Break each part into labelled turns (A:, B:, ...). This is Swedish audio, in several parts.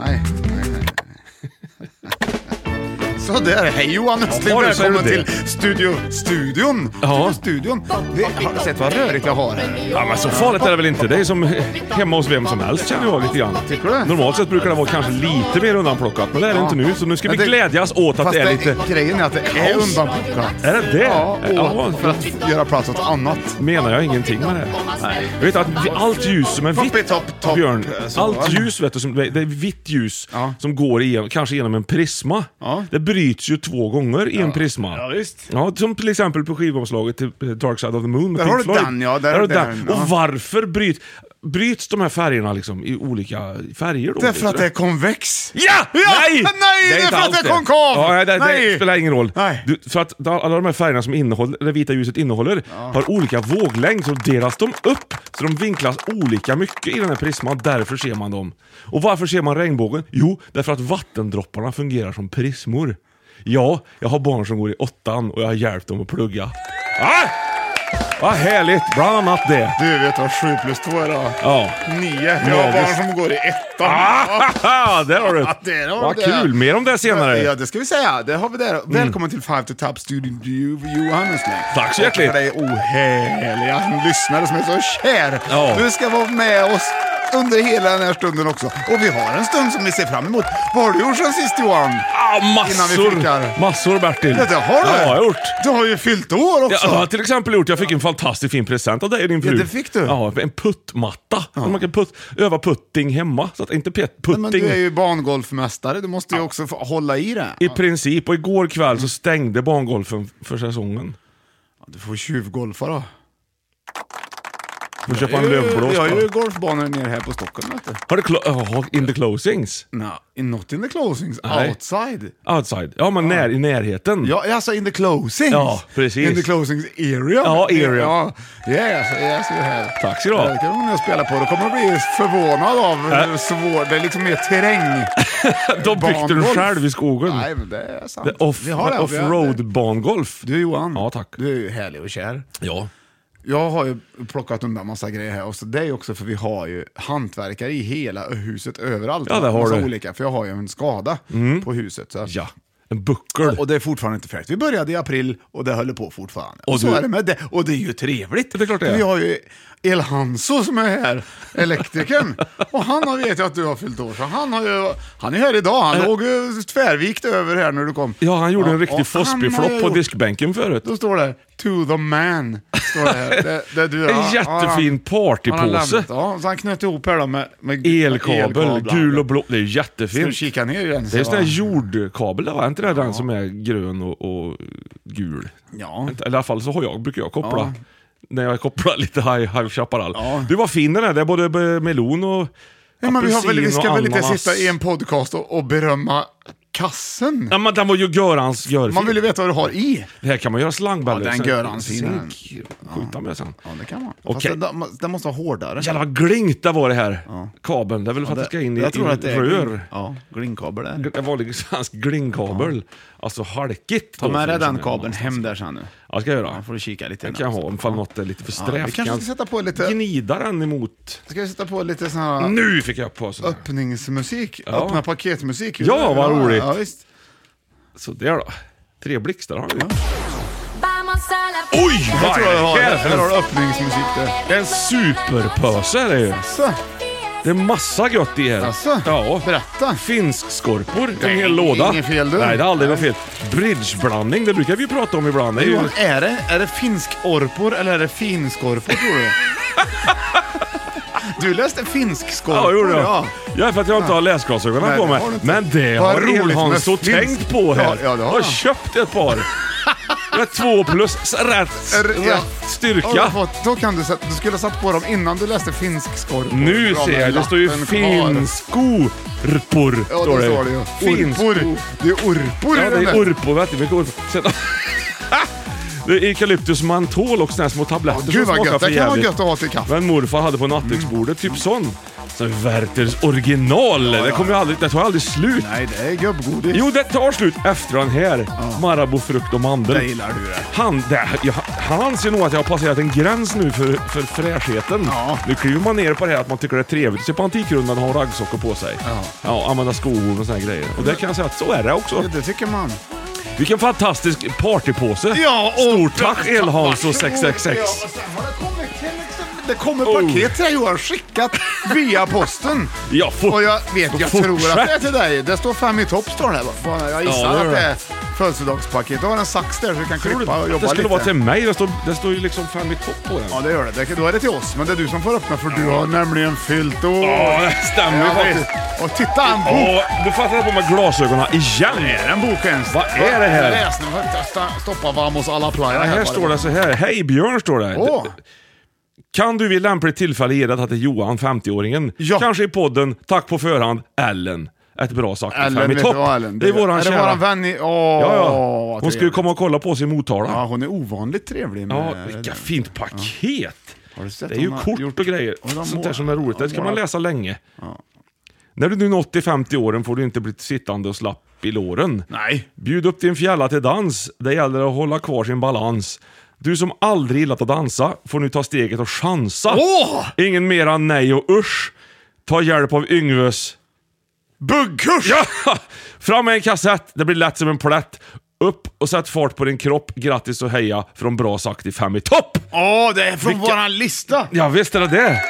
A: Nej, nej, nej. nej. Sådär, hej Johan Östling,
B: Jaha, där säger
A: välkommen
B: du det.
A: till studio, studion.
B: Ja.
A: Till studion. Det, har du sett vad rörigt jag har här?
B: Ja, men så farligt är det väl inte? Det är som hemma hos vem som helst känner jag lite grann.
A: Tycker du?
B: Normalt sett brukar det vara kanske lite mer undanplockat, men det är det
A: Ja.
B: inte nu. Så nu ska vi
A: Men det-
B: glädjas åt att
A: Fast
B: det är lite...
A: grejen är att det är
B: kaos.
A: undanplockat.
B: Är det det?
A: Ja,
B: Ja,
A: och för att göra plats åt annat.
B: Menar jag ingenting med det? Nej. Jag vet att vi- allt ljus som är
A: Topp i
B: vitt,
A: topp, topp, eh,
B: Björn,
A: så, va?
B: allt ljus vet du, som, det är vitt ljus
A: Ja.
B: som går igenom, kanske genom en prisma.
A: Ja.
B: Det bryts ju två gånger i en prisma.
C: Ja, visst.
B: Ja, som till exempel på skivomslaget till eh, Dark Side of the Moon med
A: Där
B: Pink
A: har du
B: Floyd.
A: den, ja, där
B: har du
A: och där, ja.
B: Och varför bryt, bryts de här färgerna liksom i olika färger då?
A: Därför att det är
B: Vet
A: konvex.
B: du Ja! Nej!
A: Nej, det är
B: inte
A: för att
B: alls
A: det är konkav!
B: Ja, nej, det,
A: Nej.
B: det spelar ingen roll.
A: Nej.
B: Du, för att da- alla de här färgerna som innehåller, det vita ljuset innehåller har olika våglängd, så delas de upp så de vinklas olika mycket i den här prisman. Därför ser man dem. Och varför ser man regnbågen? Jo, därför att vattendropparna fungerar som prismor. Ja, jag har barn som går i åttan och jag har hjälpt dem att plugga. Ah! Vad härligt! Bland annat det.
A: Du vet vad 7 plus 2 är då?
B: Ja.
A: 9. Jag har barn
B: visst.
A: som går i ettan.
B: Ah, där har du
A: Ja, det har
B: Vad
A: det.
B: kul! Mer om det senare. Mm.
A: Ja, det ska vi säga. Det har vi där. Välkommen till Five to Top Studio Johan Östling.
B: Tack så hjärtligt.
A: Och för dig oheliga lyssnare som är så kär.
B: Ja.
A: Du ska vara med oss under hela den här stunden också. Och vi har en stund som vi ser fram emot. Vad har du gjort sen sist Johan?
B: Ah,
A: Innan vi flickar.
B: massor! Massor Bertil!
A: Ja, det har du.
B: Ja, jag har gjort.
A: Du har ju fyllt år
B: Det
A: också.
B: har jag till exempel gjort. Jag fick en fantastiskt fin present av dig och din
A: Ja,
B: fru.
A: det fick du.
B: Ja, en puttmatta. Så man kan putt, öva putting hemma. Så att inte pet, putting.
A: Men du är ju bangolfmästare. Du måste ju också få hålla i det.
B: I princip. Och igår kväll så stängde bangolfen för säsongen.
A: Du får tjuvgolfa då.
B: Får köpa en lövblås
A: Vi har ju
B: bara.
A: golfbanor nere här på Stockholm vet du.
B: Har du klo- Jaha, in the closings?
A: No, not in the closings,
B: Nej.
A: outside.
B: Outside? Ja, men när, i närheten.
A: Ja, alltså in the closings.
B: Ja, precis.
A: In the closings area.
B: Ja, area.
A: Ja, yes, yes, you have.
B: Tack ska du ha. Äh.
A: Det kan hon spela på. Då kommer du bli förvånad av hur svår... Det är liksom mer terräng.
B: Då byggde du
A: Bangolf.
B: själv i skogen.
A: Nej, men det är sant.
B: Det är off-
A: Vi har det, vi har det.
B: Off-road bangolf.
A: Du Johan,
B: Ja, tack.
A: du är ju härlig och kär.
B: Ja.
A: Jag har ju plockat undan massa grejer här och så det är ju också för vi har ju hantverkare i hela huset överallt.
B: Ja, det har
A: massa
B: du. Mm.
A: olika, för jag har ju en skada på huset. Så.
B: Ja. En buckel.
A: Och det är fortfarande inte färdigt. Vi började i april och det höll på fortfarande. Och,
B: Och
A: så
B: du-
A: är det med det. Och det är ju trevligt.
B: Det är klart det är.
A: Vi har ju El Hanso som är här, elektrikern. och han har, vet jag att du har fyllt år, så han, har ju, han är här idag. Han låg ju tvärvikt över här när du kom.
B: Eh. Ja, han gjorde en
A: och
B: riktig
A: han har
B: Fosby-flopp på
A: gjort-
B: diskbänken förut.
A: Då står det “To the man”. Står det här. Det, det du,
B: En jättefin
A: han har
B: partypåse.
A: lämnat- Ja, så han knöt ihop här då med, med
B: Elkabel,
A: elkablar.
B: gul och blå. Det är ju
A: Ska du
B: jättefint.
A: kika ner i den?
B: Det är
A: så-
B: en sån här jordkabel, va? Är inte det den som är grön och, och gul?
A: Ja.
B: Eller I alla fall så har jag, brukar jag koppla. När jag kopplar lite High High Chaparral.
A: Ja.
B: Du, vad fin den är. Det är både b- melon och
A: Ja, men vi, har väl, vi
B: apelsin
A: ska
B: och
A: väl inte
B: ananas.
A: sitta i en podcast och, och berömma kassen.
B: Ja, men den var ju Görans görfin.
A: Man vill ju veta vad du har i.
B: Det här kan man göra
A: Ja,
B: slangbällor.
A: den Göranshinen.
B: Skjuta med sen.
A: Ja, det kan man.
B: Okej.
A: Fast den, den måste vara hårdare.
B: Jävlar vad glingt det var det här. Kabeln, det är väl för att det ska in i,
A: jag tror
B: i
A: att det är
B: rör.
A: Ja, glingkabel där.
B: En vanlig svensk glingkabel. Alltså halkigt.
A: Ta
B: då,
A: med
B: för
A: dig
B: det
A: den
B: känner jag
A: kabeln
B: någonstans.
A: hem där sen nu.
B: Ja, ska jag göra.
A: Ja, får du kika lite.
B: Den kan jag ha ifall något är lite för
A: Ja,
B: strävt.
A: vi kanske
B: Kan
A: ska sätta på lite-
B: Gnida den emot...
A: Ska vi sätta på lite sån här
B: Nu fick jag på sån här.
A: öppningsmusik?
B: Ja.
A: Öppna paketmusik?
B: Ja, vad roligt.
A: Ja, visst.
B: Så där då. Tre blixtar har vi.
C: Oj!
B: Oj,
A: Jag
B: vad
A: tror jag har
B: är det
A: det.
B: här
A: Här har
B: för
A: du öppningsmusik där.
B: en superpöse är det ju.
A: Så,
B: Det är massa gött i här.
A: Jaså?
B: Ja.
A: berätta.
B: Finskskorpor, en
A: Nej,
B: hel låda.
A: inget fel du.
B: Nej, det har aldrig varit fel. Bridgeblandning, det brukar vi ju prata om ibland. Det är ju...
A: Johan, är det, är det finskorpor eller är det finskorpor tror du? du läste finskskorpor.
B: Ja, gjorde jag.
A: ja.
B: Ja, för att jag inte har läsglasögonen
A: Nej,
B: på
A: det
B: mig.
A: har du inte.
B: Men det
A: Vad
B: har
A: roligt med
B: Elhansson
A: finsk-
B: tänkt på
A: Ja,
B: här.
A: ja, det har
B: jag har
A: han.
B: köpt ett par. Det är två plus rätt,
A: Är- ja.
B: rätt
A: Har du
B: styrka.
A: fått- Då kan du, sätta- du skulle ha satt på dem innan du läste finskskorpor.
B: Nu
A: Ja,
B: ser
A: men
B: jag, det står ju
A: lappen kvar.
B: finskorpor.
A: Ja, då står det ju.
B: Finskor.
A: Orpor. Det är orpor
B: Ja,
A: i
B: det
A: den
B: är
A: där.
B: orpor. Vet du, mycket orpor. Sen... Det är eukalyptus mantol och såna här små tabletter som
A: Gud vad
B: smakar
A: gött,
B: för
A: det kan vara
B: jävligt.
A: gött att ha till kaffe.
B: Men morfar hade på nattduksbordet, typ sån. Så Werthers original, det, kommer ju aldrig, det tar aldrig slut.
A: Nej, det är gubbgodis.
B: Jo, det tar slut efter den här. Marabou, frukt och mandel.
A: Det gillar du det.
B: Han, det, jag, han anser nog att jag har passerat en gräns nu för, för fräschheten.
A: Ja.
B: Nu kliver man ner på det här att man tycker det är trevligt att se på Antikrundan och ha raggsockor på sig. Ja. använda skohorn och såna här grejer. Och det kan jag säga att så är det också.
A: Det, det tycker man.
B: Vilken fantastisk partypåse! Stort tack Elhans och 666!
A: Ja, och sen har det kommit till liksom- Det kommer paket till dig Johan, skickat via posten.
B: Ja, fort-
A: och jag vet, jag
B: fortsätt.
A: tror att det är till dig. Det står fem i topp står det här. Fan, Jag gissar
B: Ja, det gör
A: att det
B: det.
A: är födelsedagspaket. Du har en sax där så du kan
B: Tror du
A: klippa och
B: att det
A: jobba
B: skulle
A: lite.
B: vara till mig? Det står, det står ju liksom fem i topp på den.
A: Ja, det gör det. det. Då är det till oss, men det är du som får öppna för du har nämligen fyllt år.
B: Ja, det stämmer ju
A: Ja,
B: faktiskt.
A: visst. Och titta, en bok!
B: Åh, du fattar jag på mig glasögonen igen!
A: Är det en bok ens?
B: Vad är det här?
A: Läs nu. Sta- Stoppa Vamos alla playa.
B: Ja, här står det så här. Hej Björn, står det.
A: Åh.
B: Kan du vid lämpligt tillfälle ge detta till Johan, 50-åringen?
A: Ja.
B: Kanske i podden Tack på förhand, Ellen. Ett bra sagt.
A: Ellen,
B: Fem i
A: vet
B: topp.
A: du vad Ellen?
B: Det är våran
A: Är det
B: kära.
A: våran vän i... Åh,
B: Ja, ja.
A: vad
B: Hon skulle
A: trevligt.
B: komma och kolla på oss i Motala.
A: Ja,
B: Ja,
A: hon är ovanligt trevlig eh, med...
B: vilka fint paket!
A: Har du sett
B: Det är ju
A: hon har
B: kort
A: gjort-
B: och grejer.
A: Hon har
B: Sånt
A: målat-
B: där som är roligt. Det ska
A: målat-
B: man läsa länge. När du nu nått i 50 åren får du inte bli sittande och slapp i låren.
A: Nej.
B: Bjud upp din fjälla till dans. Det gäller att hålla kvar sin balans. Du som aldrig gillat att dansa får nu ta steget och chansa.
A: Åh!
B: Ingen mera nej och usch. Ta hjälp av Yngves...
A: Buggkurs!
B: Ja! Fram med en kassett, det blir lätt som en plätt. Upp och sätt fart på din kropp. Grattis och heja från Bra sagt i Fem i topp!
A: Åh, det är från
B: Vilka-
A: våran lista!
B: Ja, visst är det det.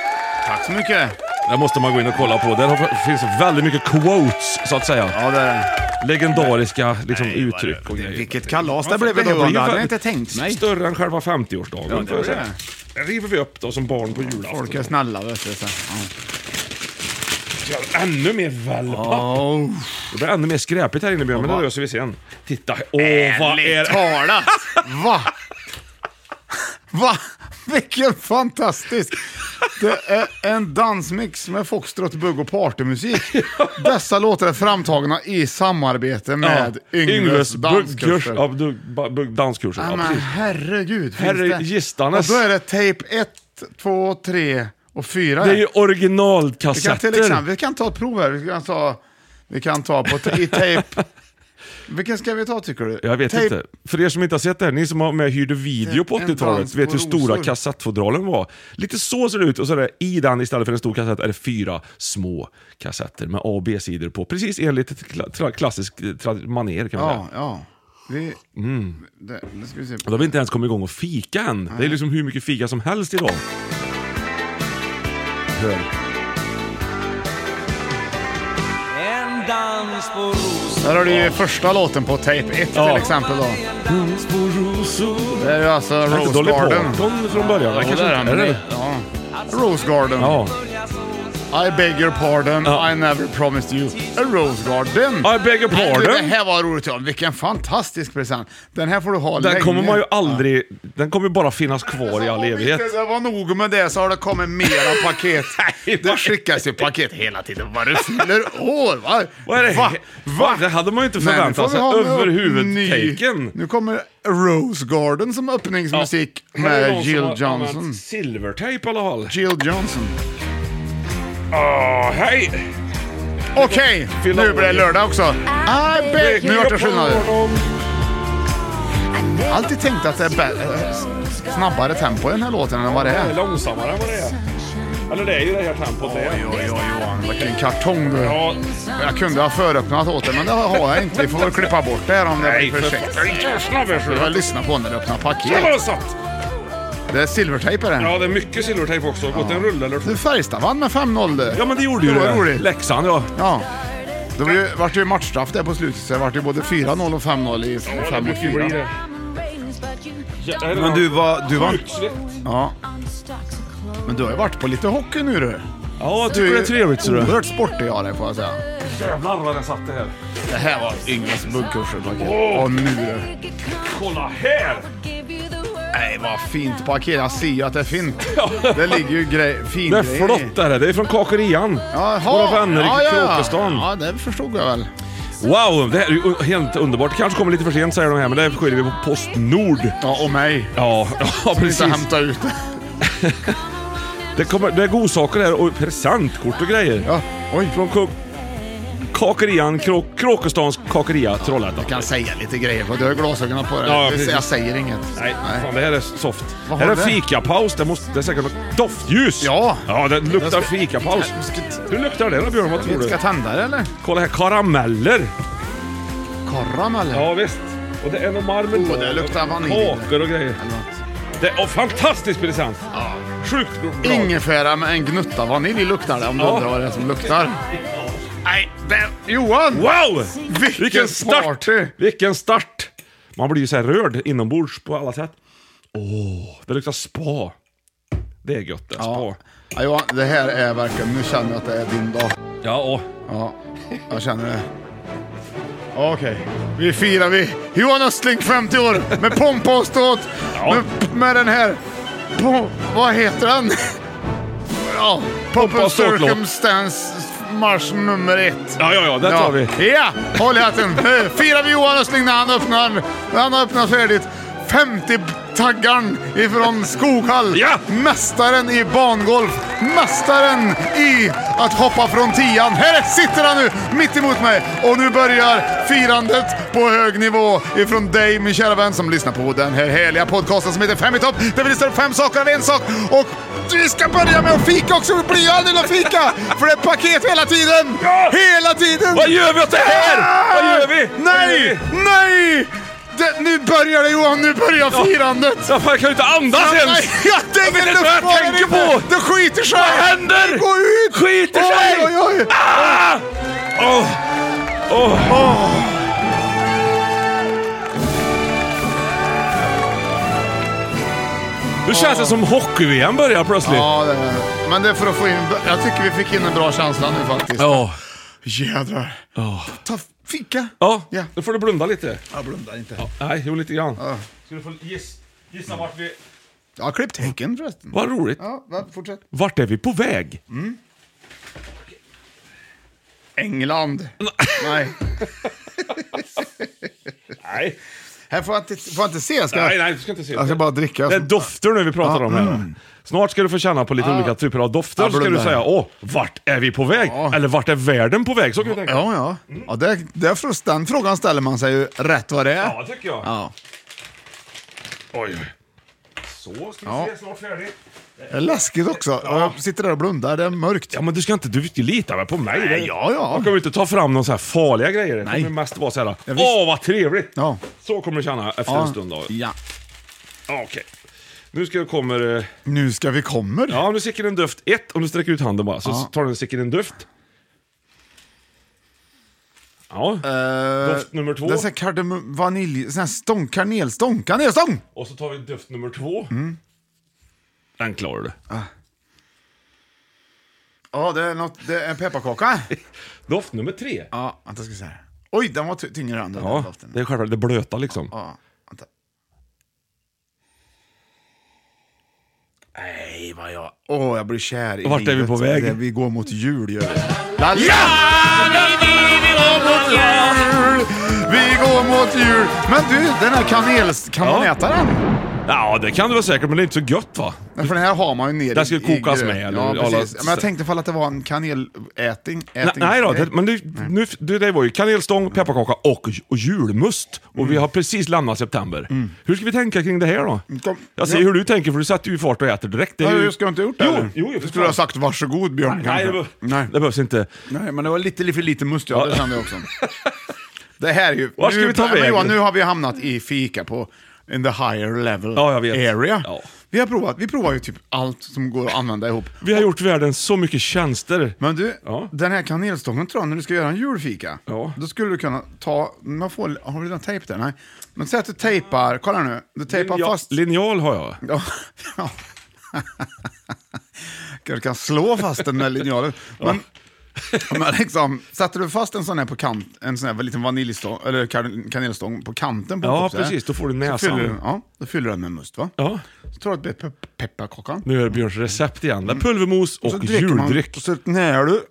A: Tack så mycket.
B: Det måste man gå in och kolla på. Där har- finns väldigt mycket quotes, så att säga.
A: Ja, det är det.
B: Legendariska liksom, uttryck och
A: det-
B: grejer.
A: vilket kalas det
B: Ja,
A: blev
B: för
A: idag,
B: ju
A: det hade
B: fan
A: jag inte tänkt mig.
B: Större än själva 50-årsdagen.
A: Ja, det
B: får jag
A: var
B: säga. Den river vi upp då som barn på
A: Folk
B: julafton.
A: är snälla, vet du. så.
B: Ännu mer wellpapp.
A: Ja. Oh.
B: Det blir ännu mer skräpigt här inne Björn, men det löser vi sen. Titta, åh vad är det?
A: talat! Va? Va? Vilken fantastisk! Det är en dansmix med foxtrot, bugg och partymusik. Dessa låtar är framtagna i samarbete med Yngves danskurser.
B: Ja, du- ba- bugg- danskurser.
A: Ja,
B: Ja,
A: men
B: precis.
A: herregud. finns
B: Herre
A: det-
B: gistanes.
A: Och då är det tejp 1, 2, 3 och 4.
B: Det är ju
A: vi, kan till
B: originalkassetter.
A: exempel, vi kan ta ett prov här. Vi kan ta, vi kan ta på te- i tejp... Vilken ska vi ta tycker du?
B: Jag vet
A: Tejp-
B: inte. För er som inte har sett det här, ni som har med hyrde video på
A: En
B: 80-talet
A: dans
B: vet
A: på
B: hur stora
A: rosor.
B: kassettfodralen var. Lite så ser det ut och så är det i den istället för en stor kassett är det fyra små kassetter med A och B-sidor på. Precis enligt ett kla- tra- klassisk eh, tra- manér kan man säga.
A: Ja, ja. Vi,
B: Mm.
A: det, nu ska vi se.
B: Och då har vi inte ens kommit igång och fika än. Det är liksom hur mycket fika som helst idag. Hör.
C: En dans på rosor
A: Där har du ju första låten på Tape 1
B: Ja.
A: till exempel då.
B: Dans på rosor.
A: Det är ju alltså
B: Det är inte
A: Rose
B: Dolly
A: Garden.
B: Parton från början.
A: Ja,
B: Det kanske
A: det är
B: inte
A: den, men det-
B: är det.
A: ja. Rose Garden.
B: Ja.
A: I beg your pardon,
B: Ja.
A: I never promised you a rose garden.
B: I beg your
A: Nej, du,
B: pardon.
A: Det här var roligt Jan, vilken fantastisk present. Den här får du ha
B: Den
A: länge.
B: kommer man ju aldrig... Den kommer ju bara finnas kvar i all
A: Om
B: evighet.
A: Alltså, inte det var nog med det så har det kommit mera paket.
B: Nej,
A: det
B: vad-
A: skickas ju paket hela tiden vad du fyller år. Va?
B: Vad är det?
A: Va? Va?
B: Det hade man ju inte
A: Nej, nu
B: förväntat
A: får vi
B: sig
A: ha en
B: överhuvudtaget.
A: ny- Nu kommer Rose Garden som öppningsmusik
B: Här är någon
A: med
B: som
A: Jill
B: har
A: Johnson.
B: använt Silvertejp i alla fall.
A: Jill Johnson.
B: Åh, hej!
A: Okej,
B: Fylla
A: nu blir det
B: år.
A: lördag också. I beg- nu vart det skillnad. Jag har alltid tänkt att det är bä- eh, snabbare tempo i den här låten än vad det
B: Det är
A: är.
B: långsammare än vad det är. Eller det är ju det här tempot det är.
A: Oj, oj, Johan, vilken kartong du är.
B: Ja,
A: Jag kunde ha föröppnat åt det, men det har jag inte. Vi får väl klippa bort det här om det
B: nej,
A: blir
B: för
A: för sent.
B: fan. Inte snabbare så.
A: Jag lyssnar på när du öppnar
B: Jävlar
A: paket.
B: vad satt!
A: Det är silvertejp i den.
B: Ja, det är mycket silvertejp också. Gått en rulle eller två.
A: Du Färjestad vann med 5-0 du.
B: Ja, men det gjorde ju
A: Det
B: det.
A: var roligt.
B: Leksand, ja.
A: Ja. Det var ju, vart ju matchstraff där på slutet, så det vart ju både 4-0 och 5-0 i 5 mot 4.
B: Men
A: du var- du var-
B: Utsvett.
A: Ja. Men du har ju varit på lite hockey nu du.
B: Ja, jag tycker det är trevligt ser du.
A: Oerhört sportig av dig får jag säga.
B: Jävlar vad den satt det här.
A: Det här var Yngves buggkurser. Åh, nu du.
B: Kolla här!
A: Nej, vad fint paket. Jag ser ju att det är fint. Det ligger ju grej, fin
B: Det är
A: grej i.
B: flott där. Det är från Kakerian.
A: Jaha.
B: Våra vänner i Kråkestan.
A: Ja, det förstod jag väl.
B: Wow, det här är ju un- helt underbart. Kanske kommer lite för sent säger de här, men det skyller vi på Postnord.
A: Ja, och mig.
B: Ja, ja
A: Precis. Inte
B: precis.
A: hämta ut det.
B: Det, kommer, det är godsaker här och presentkort och grejer.
A: Ja. Oj.
B: Från Kuk- Kakerian, Krå, Kråkestans Kakeria, Trollhättan.
A: Jag kan säga lite grejer för du har glasögonen på dig.
B: Ja,
A: det,
B: precis.
A: jag säger inget.
B: Nej, fan det här är soft.
A: Vad
B: här
A: har
B: är
A: det?
B: fikapaus. Det, måste, det är säkert något doftljus.
A: Ja.
B: Ja, det luktar
A: ska-
B: fikapaus.
A: Jag ska-
B: Hur luktar det då Björn? Vad tror
A: Vi
B: du?
A: ska tända det eller?
B: Kolla här, karameller.
A: Karamell?
B: Ja, visst. Och det är nog marmelad.
A: Oh, det luktar vanilj.
B: Kakor och grejer.
A: Eller något.
B: Det är en fantastisk present. Sjukt bra.
A: Ingefära med en gnutta vanilj luktar det om du
B: Ja.
A: undrar vad det är som luktar. Nej, det... Johan!
B: Wow!
A: Vilken
B: start!
A: party!
B: Vilken start! Man blir ju så här rörd inombords på alla sätt. Åh, det luktar spa. Det är gött det,
A: Ja.
B: spa.
A: Ja, Johan, det här är verkligen... Nu känner jag att det är din dag.
B: Ja, åh.
A: Ja, jag känner det. Okej, vi firar vi Johan Östling 50 år med pompa och ståt.
B: Ja.
A: Med, med den här... På, vad heter den? Ja, Pompa
B: och
A: och
B: ståt-låt.
A: Circumstance Marsch nummer ett.
B: Ja, ja, ja, det tar vi.
A: Ja, håll i hatten. Nu Firar vi Johan Östling när han öppnar, när han har öppnat färdigt 50-taggaren ifrån Skoghall.
B: Ja!
A: Mästaren i bangolf. Mästaren i att hoppa från tian. Här sitter han nu, mitt emot mig. Och nu börjar firandet på hög nivå ifrån dig, min kära vän, som lyssnar på den här härliga podcasten som heter Fem i topp. Där vi listar upp fem saker av en sak. Och vi ska börja med att fika också. Det blir aldrig något fika. För det är paket hela tiden.
B: Ja!
A: Hela tiden!
B: Vad gör vi åt det här? Vad gör vi? Vad gör
A: Nej!
B: vi?
A: Nej! Det, nu börjar det Johan, nu börjar firandet!
B: Ja, fan, jag kan ju inte andas
A: Nej,
B: ens!
A: jag
B: Jag vet
A: tänker
B: inte vad jag tänker på!
A: Det skiter sig!
B: Vad händer?
A: Gå ut!
B: Skiter
A: oj,
B: sig!
A: Oj, oj,
B: Ah! Åh! Åh! Nu känns det som hockey-VM börjar plötsligt.
A: Ja, det är det. Men det är för att få in... Jag tycker vi fick in en bra känsla nu faktiskt.
B: Ja.
A: Jädrar. Ta fika.
B: Ja,
A: Ja.
B: då får du blunda lite.
A: Jag blundar inte.
B: Nej, jo lite grann. Ska du få giss, gissa vart vi...
A: Jag har klippt häcken förresten.
B: Vad roligt.
A: Ja, Mm. va, fortsätt.
B: Vart är vi på väg?
A: England. Nej.
B: Nej.
A: Här får jag inte, får jag inte se. Ska jag...
B: nej, nej, du ska inte se.
A: Jag ska bara dricka. Mm.
B: Det är dofter nu vi pratar om här. Snart ska du få känna på lite olika typer av dofter.
A: Jag
B: Ska du
A: blundar.
B: säga, åh, vart är vi på väg?
A: Ja.
B: Eller vart är världen på väg? Så kan du tänka.
A: Ja, ja.
B: Mm.
A: ja det, det är först, den frågan ställer man sig ju rätt vad det är.
B: Ja, tycker jag.
A: Ja.
B: Oj. Så, ska vi
A: Ja.
B: se, snart färdigt.
A: Det är läskigt också. Och jag sitter där och blundar, det är mörkt.
B: Ja, men du ska inte, du vill ju lita väl på mig?
A: Nej, ja, ja.
B: Man kommer inte ta fram några så här farliga grejer. Det
A: Nej.
B: kommer mest vara så här,
A: Ja, visst.
B: åh vad trevligt!
A: Ja.
B: Så kommer du känna efter en stund då.
A: Ja.
B: Ja, Okej. Nu ska jag kommer... eh,
A: Nu ska vi kommer.
B: Ja, nu sticker en duft. Ett, om du sträcker ut handen bara, så tar du en sticker en duft. Ja.
A: Eh,
B: Doft nummer två.
A: Det är sån här kardemum, vanilj, sån här stång, kanelstång, kanelstång!
B: Och så tar vi duft
A: Mm.
B: nummer två. Den klarar du.
A: Ja, det är, något, det är en pepparkaka.
B: Doft nummer tre.
A: Ja, vänta ska vi se här. Oj, den var ty- tyngre än den där
B: Ja,
A: doften.
B: det är själva det blöta liksom.
A: Ja, vänta. Nej, vad jag... Åh, jag blir kär i
B: Vart är vi
A: livet.
B: på väg?
A: Det- Vi går mot jul, gör vi. Ja! Vi går mot jul! Vi går mot jul! Men du, den här kanel... Kan man
B: Ja.
A: äta den?
B: Ja, det kan du väl säkert, men det är inte så gött va?
A: Nej, för den här har man ju nere
B: Den ska
A: i- i
B: kokas
A: gröt.
B: med, eller
A: Ja,
B: alla-
A: precis. Men jag tänkte fall att det var en kaneläting.
B: Nej,
A: äting-
B: nej då, det, men det, nu, det, det var ju kanelstång, pepparkaka och, och julmust. Och
A: Mm.
B: vi har precis lämnat september. Hur ska vi tänka kring det här då?
A: Kom.
B: Jag ser
A: Ja.
B: hur du tänker, för du sätter ju fart och äter direkt. Det är
A: Nej,
B: ju...
A: du ska inte ha gjort det?
B: Jo,
A: eller?
B: jo, jo,
A: Du skulle ha sagt varsågod Björn
B: Nej, det,
A: kanske.
B: be- det behövs inte.
A: Nej, men det var lite, lite för lite must, ja, det kände jag också. Det här är ju...
B: Vart ska
A: nu,
B: vi ta
A: men
B: vägen?
A: Johan, nu har vi hamnat i fika på in the higher level
B: Ja, jag vet.
A: area.
B: Ja.
A: Vi har provat, vi provar ju typ allt som går att använda ihop.
B: Vi har gjort världen så mycket tjänster.
A: Men du,
B: Ja.
A: den här kanelstången tror jag, när du ska göra en julfika,
B: Ja.
A: då skulle du kunna ta, man får, har du redan tejp där? Nej. Men säg att du tejpar, kolla nu, du tejpar
B: Linja-
A: fast...
B: Linjal har jag.
A: Ja. ja. Du kan slå fast den med linjalen. Men, men liksom, sätter du fast en sån här på kant, en sån här liten vaniljstång, eller kan- kanelstång på kanten på en
B: Ja,
A: kopp så här,
B: precis, då får du
A: så
B: näsan.
A: fyller du- ja, då fyller du den med must va?
B: Ja.
A: Så tar du ett bett pe- pepparkaka.
B: Nu är det Björns recept igen. Det är Pulvermos och,
A: så dricker man-
B: juldryck.
A: Mm. och så när du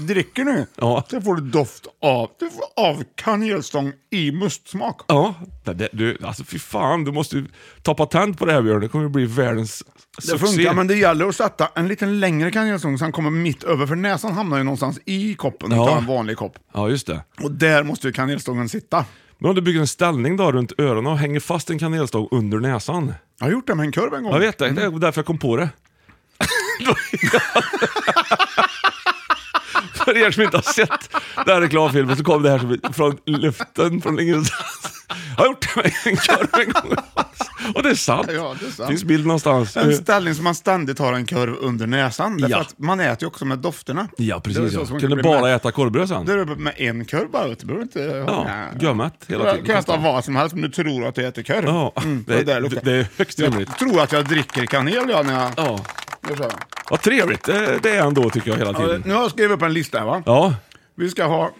A: dricker nu,
B: Ja.
A: så får du doft av, du får av kanelstång i mustsmak.
B: Ja, det, det, du, alltså fy fan, du måste ju ta patent på det här Björn. Det kommer ju bli världens
A: Det
B: succé.
A: funkar, men det gäller att sätta en lite längre kanelstång så han kommer mitt över, för näsan hamnar ju någonstans i koppen,
B: Ja.
A: ja. en vanlig kopp.
B: Ja, just det.
A: Och där måste ju kanelstången sitta.
B: Men om du bygger en ställning då runt öronen och hänger fast en kanelstång under näsan.
A: Jag har gjort det med en kurv en gång.
B: Jag vet det, det
A: Mm.
B: är därför jag kom på det. För er som inte har sett den här reklamfilmen så kom det här som från luften, från ingenstans. Jag har gjort det med en kurv en gång. Och det är sant.
A: Ja, det är sant.
B: finns bild någonstans.
A: En ställning som man ständigt har en kurv under näsan. Därför
B: Eh. Ja.
A: att man äter ju också med dofterna.
B: Ja,
A: Det är
B: precis.
A: så
B: Ja.
A: som man
B: Kunde
A: blir
B: bara
A: mätt.
B: äta korvbröd sen.
A: Då är det med en kurv bara, du behöver inte ha...
B: Ja,
A: Nej.
B: gömmet
A: Du
B: hela
A: kan
B: tiden.
A: äta vad som helst om du tror att du äter kurv.
B: Ja, det,
A: det Mm, där
B: det,
A: luktar.
B: det är högst rimligt.
A: Jag tror att jag dricker kanel jag, när jag...
B: Ja.
A: gör så här.
B: Vad trevligt det, det är ändå tycker jag hela
A: Ja,
B: tiden.
A: nu har jag skrivit upp en lista här va.
B: Ja,
A: Vi ska ha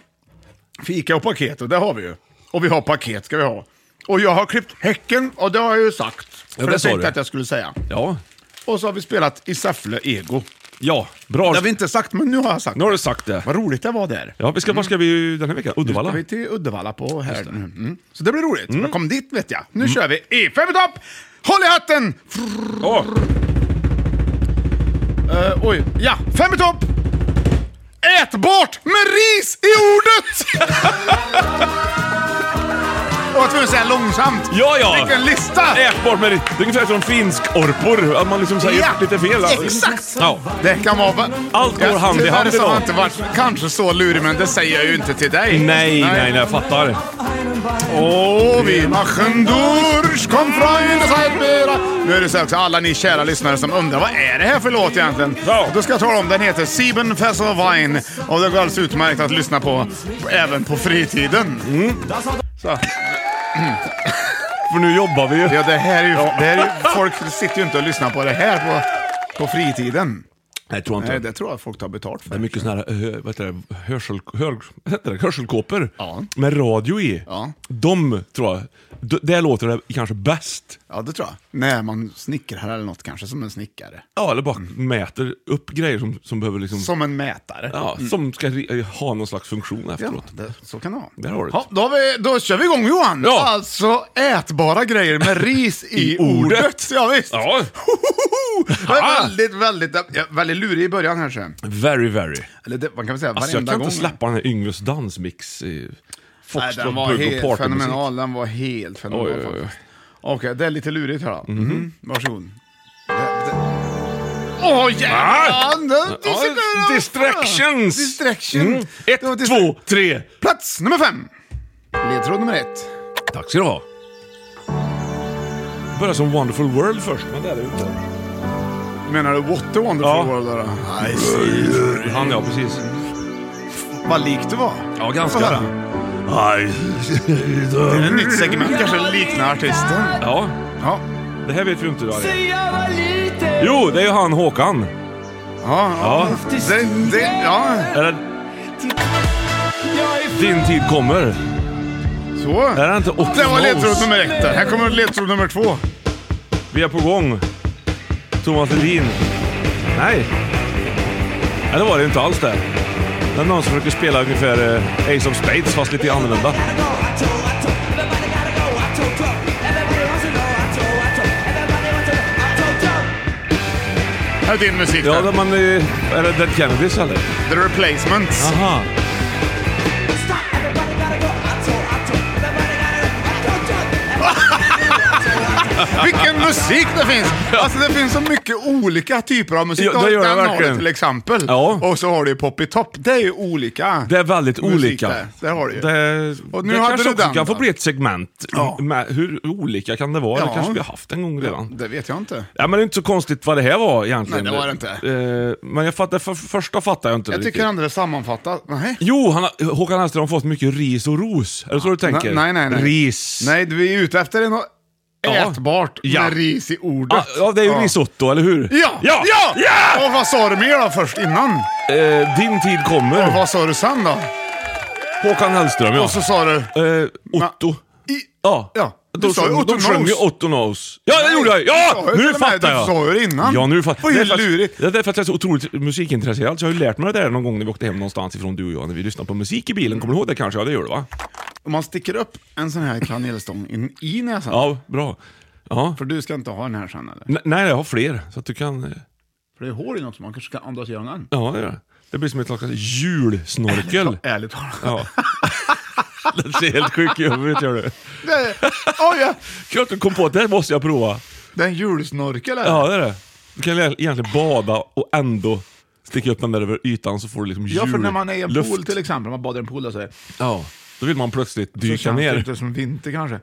A: fika och paket och det har vi ju. Och vi har paket ska vi ha. Och jag har klippt häcken och det har jag ju sagt. För
B: det
A: det
B: sa
A: tänkte
B: du.
A: jag att jag skulle säga.
B: ja,
A: Och så har vi spelat i Säffle Ego.
B: ja. bra.
A: Det har vi inte sagt men nu har jag sagt
B: Nu har du sagt det.
A: Vad roligt det var där.
B: Ja, vi ska, Var ska vi den här veckan?
A: Mm. Nu
B: Uddevalla?
A: ska vi till Uddevalla på här. nu. Mm. Så det blir roligt. Jag kom dit vet jag.
B: Mm.
A: Nu kör vi i Fem i topp! Håll i hatten!
B: Ja.
A: Eh, oj, ja. Fem i topp! Ätbart med ris i ordet! Jag var tvungen att säga långsamt.
B: Ja, ja.
A: Vilken lista!
B: Ätbart med Det är ungefär som finskorpor, att man liksom säger
A: Ja,
B: lite fel.
A: exakt.
B: Ja.
A: Det kan vara... va-
B: Allt går
A: Ja,
B: hand i
A: tyvärr
B: hand
A: så har
B: idag.
A: jag inte varit kanske så lurig, men det säger jag ju inte till dig.
B: Nej, nej, nej, jag fattar.
A: Åh, vi machen durch, kom Freunde, seid mera. Nu är det så här också, alla ni kära lyssnare som undrar vad är det här för låt egentligen?
B: Ja.
A: Då ska jag tala om, den heter Sieben Fessel Wein och det går alldeles utmärkt att lyssna på även på fritiden.
B: Mm.
A: Så.
B: För nu jobbar vi ju.
A: Ja, det här är ju, det här är ju, folk sitter ju inte och lyssnar på det här på, på fritiden.
B: Nej, tror jag
A: Nej,
B: inte.
A: det tror jag folk tar betalt för.
B: Det är mycket sådana här eh, vad heter det, hörsel, hör, vad heter det, hörselkåpor
A: Ja.
B: med radio i.
A: Ja.
B: De tror jag, d- det låter det kanske bäst.
A: Ja, det tror jag. När man snickrar eller något kanske, som en snickare.
B: Ja, eller bara mäter upp grejer som, som behöver liksom...
A: Som en mätare.
B: Ja, som ska ri- ha någon slags funktion efteråt.
A: Ja, det, så kan det vara.
B: Där har du det.
A: Ja, då, har vi, då kör vi igång Johan!
B: Ja.
A: Alltså ätbara grejer med ris i,
B: I ordet.
A: Ja, visst.
B: Ja.
A: Jag
B: Ah.
A: är väldigt, väldigt, jag är väldigt lurig i början här sen.
B: Very, very.
A: Eller det, man kan väl säga
B: Alltså, jag
A: varenda
B: kan
A: gång.
B: inte släppa den här Yngves dansmix. eh,
A: Nej,
B: Foxtrot,
A: den var
B: bugg och
A: helt
B: partymusik.
A: fenomenal. Den var helt fenomenal
B: Oj, oj, oj.
A: faktiskt. Okej, det är lite lurigt här då. Mhm. Varsågod. Det- det- Åh jävlar! Nu- du
B: Ah! Ja,
A: sitter där.
B: distractions!
A: Distraction!
B: Mm. Ett,
A: Det var distra-
B: två, tre.
A: Plats nummer fem! Ledtråd nummer ett.
B: Tack ska du ha. Börja som Wonderful World först, men det är det ju inte.
A: Menar du What a wonderful
B: Ja.
A: world? Eller?
B: Han ja, precis.
A: Vad lik du var.
B: Ja, ganska.
A: Får jag höra? Det är ett nytt segment kanske, liknar artisten.
B: Ja,
A: Ja.
B: det här vet vi ju inte idag. Jo, det är ju han Håkan.
A: Ja, ja.
B: Ja.
A: Det, det, ja.
B: Är det... Din tid kommer.
A: Så.
B: Är det inte
A: Det var ledtråd
B: Optimus?
A: nummer ett där. Här kommer ledtråd nummer två.
B: Vi är på gång. Thomas Ledin. Nej. Nej, det var det inte alls där. Det är någon som försöker spela ungefär eh, Ace of Spades fast lite annorlunda.
A: Här är din musik
B: Ja,
A: där.
B: där man... eh, Är det Dead Kennedys eller?
A: The Replacements.
B: Aha.
A: Vilken musik det finns! Alltså det finns så mycket olika typer av musik.
B: Ja,
A: Du har
B: det
A: ju
B: gör det
A: den har du
B: verkligen.
A: till exempel.
B: Ja.
A: Och så har du ju Pop i Topp. Det är ju olika.
B: Det är väldigt
A: musik
B: olika.
A: Där. Det har du ju.
B: Det,
A: Och nu
B: det
A: hade
B: kanske
A: du
B: också
A: den
B: kan få
A: då.
B: bli ett segment.
A: Ja.
B: Med, hur olika kan det vara? Det
A: Ja.
B: kanske vi har haft en gång redan.
A: Det vet jag inte.
B: Ja, men det är inte så konstigt vad det här var egentligen.
A: Nej, det var det inte.
B: Eh, men jag fattar, för, för första fattar jag inte
A: Jag
B: riktigt.
A: tycker ändå det sammanfattar. Nej.
B: Jo, han har, Håkan Hellström har fått mycket ris och ros. Är det så du tänker?
A: Nej, nej, nej.
B: Ris.
A: Nej, du är ute efter något
B: Ja.
A: ätbart
B: Ja.
A: med ris i ordet.
B: Ah, ja, det är ju risotto, eller hur?
A: Ja!
B: Ja!
A: Ja!
B: Ja!
A: Och vad sa du mer då först innan?
B: Eh, din tid kommer.
A: Och vad sa du sen då?
B: Håkan Hellström, ja.
A: Och så sa du...
B: Eh, Otto.
A: I,
B: Ja.
A: Ja, du
B: de
A: sa ju
B: sjöng-
A: Otto
B: de sjöng ju
A: Knows.
B: Otto Knows. Ja, det
A: Nej,
B: gjorde jag!
A: du
B: Ja!
A: sa ju till
B: Nu
A: och med-
B: fattar
A: du
B: jag!
A: sa ju det innan.
B: Ja, nu fattar
A: Vad är det
B: för att-
A: lurigt?
B: Det är därför att jag är så otroligt musikintresserad, så jag har ju lärt mig det där någon gång när vi åkte hem någonstans ifrån du och jag, när vi lyssnade på musik i bilen. Kommer du ihåg det kanske? Ja, det gör du va?
A: Om man sticker upp en sån här kanelstång in, i näsan.
B: Ja, bra. Ja.
A: För du ska inte ha den här sen eller?
B: N- nej, jag har fler, så att du kan... eh,
A: För det är hår i den också, man kanske ska andas genom den.
B: Ja, det gör jag. Det blir som ett slags julsnorkel.
A: Ärligt talat.
B: Ja. Det ser helt sjuk i huvudet gör du.
A: Det, är- oj, ja.
B: Klart du kom på att det här måste jag prova.
A: det är en julsnorkel eller?
B: Ja, det är det. Du kan egentligen bada och ändå sticka upp den där över ytan så får du liksom
A: Ja, för när man är i en
B: julluft.
A: pool till exempel, man badar i en pool och så, här,
B: Ja, då vill man plötsligt
A: så
B: dyka
A: känns det
B: ner. Mm.
A: inte som vinter kanske.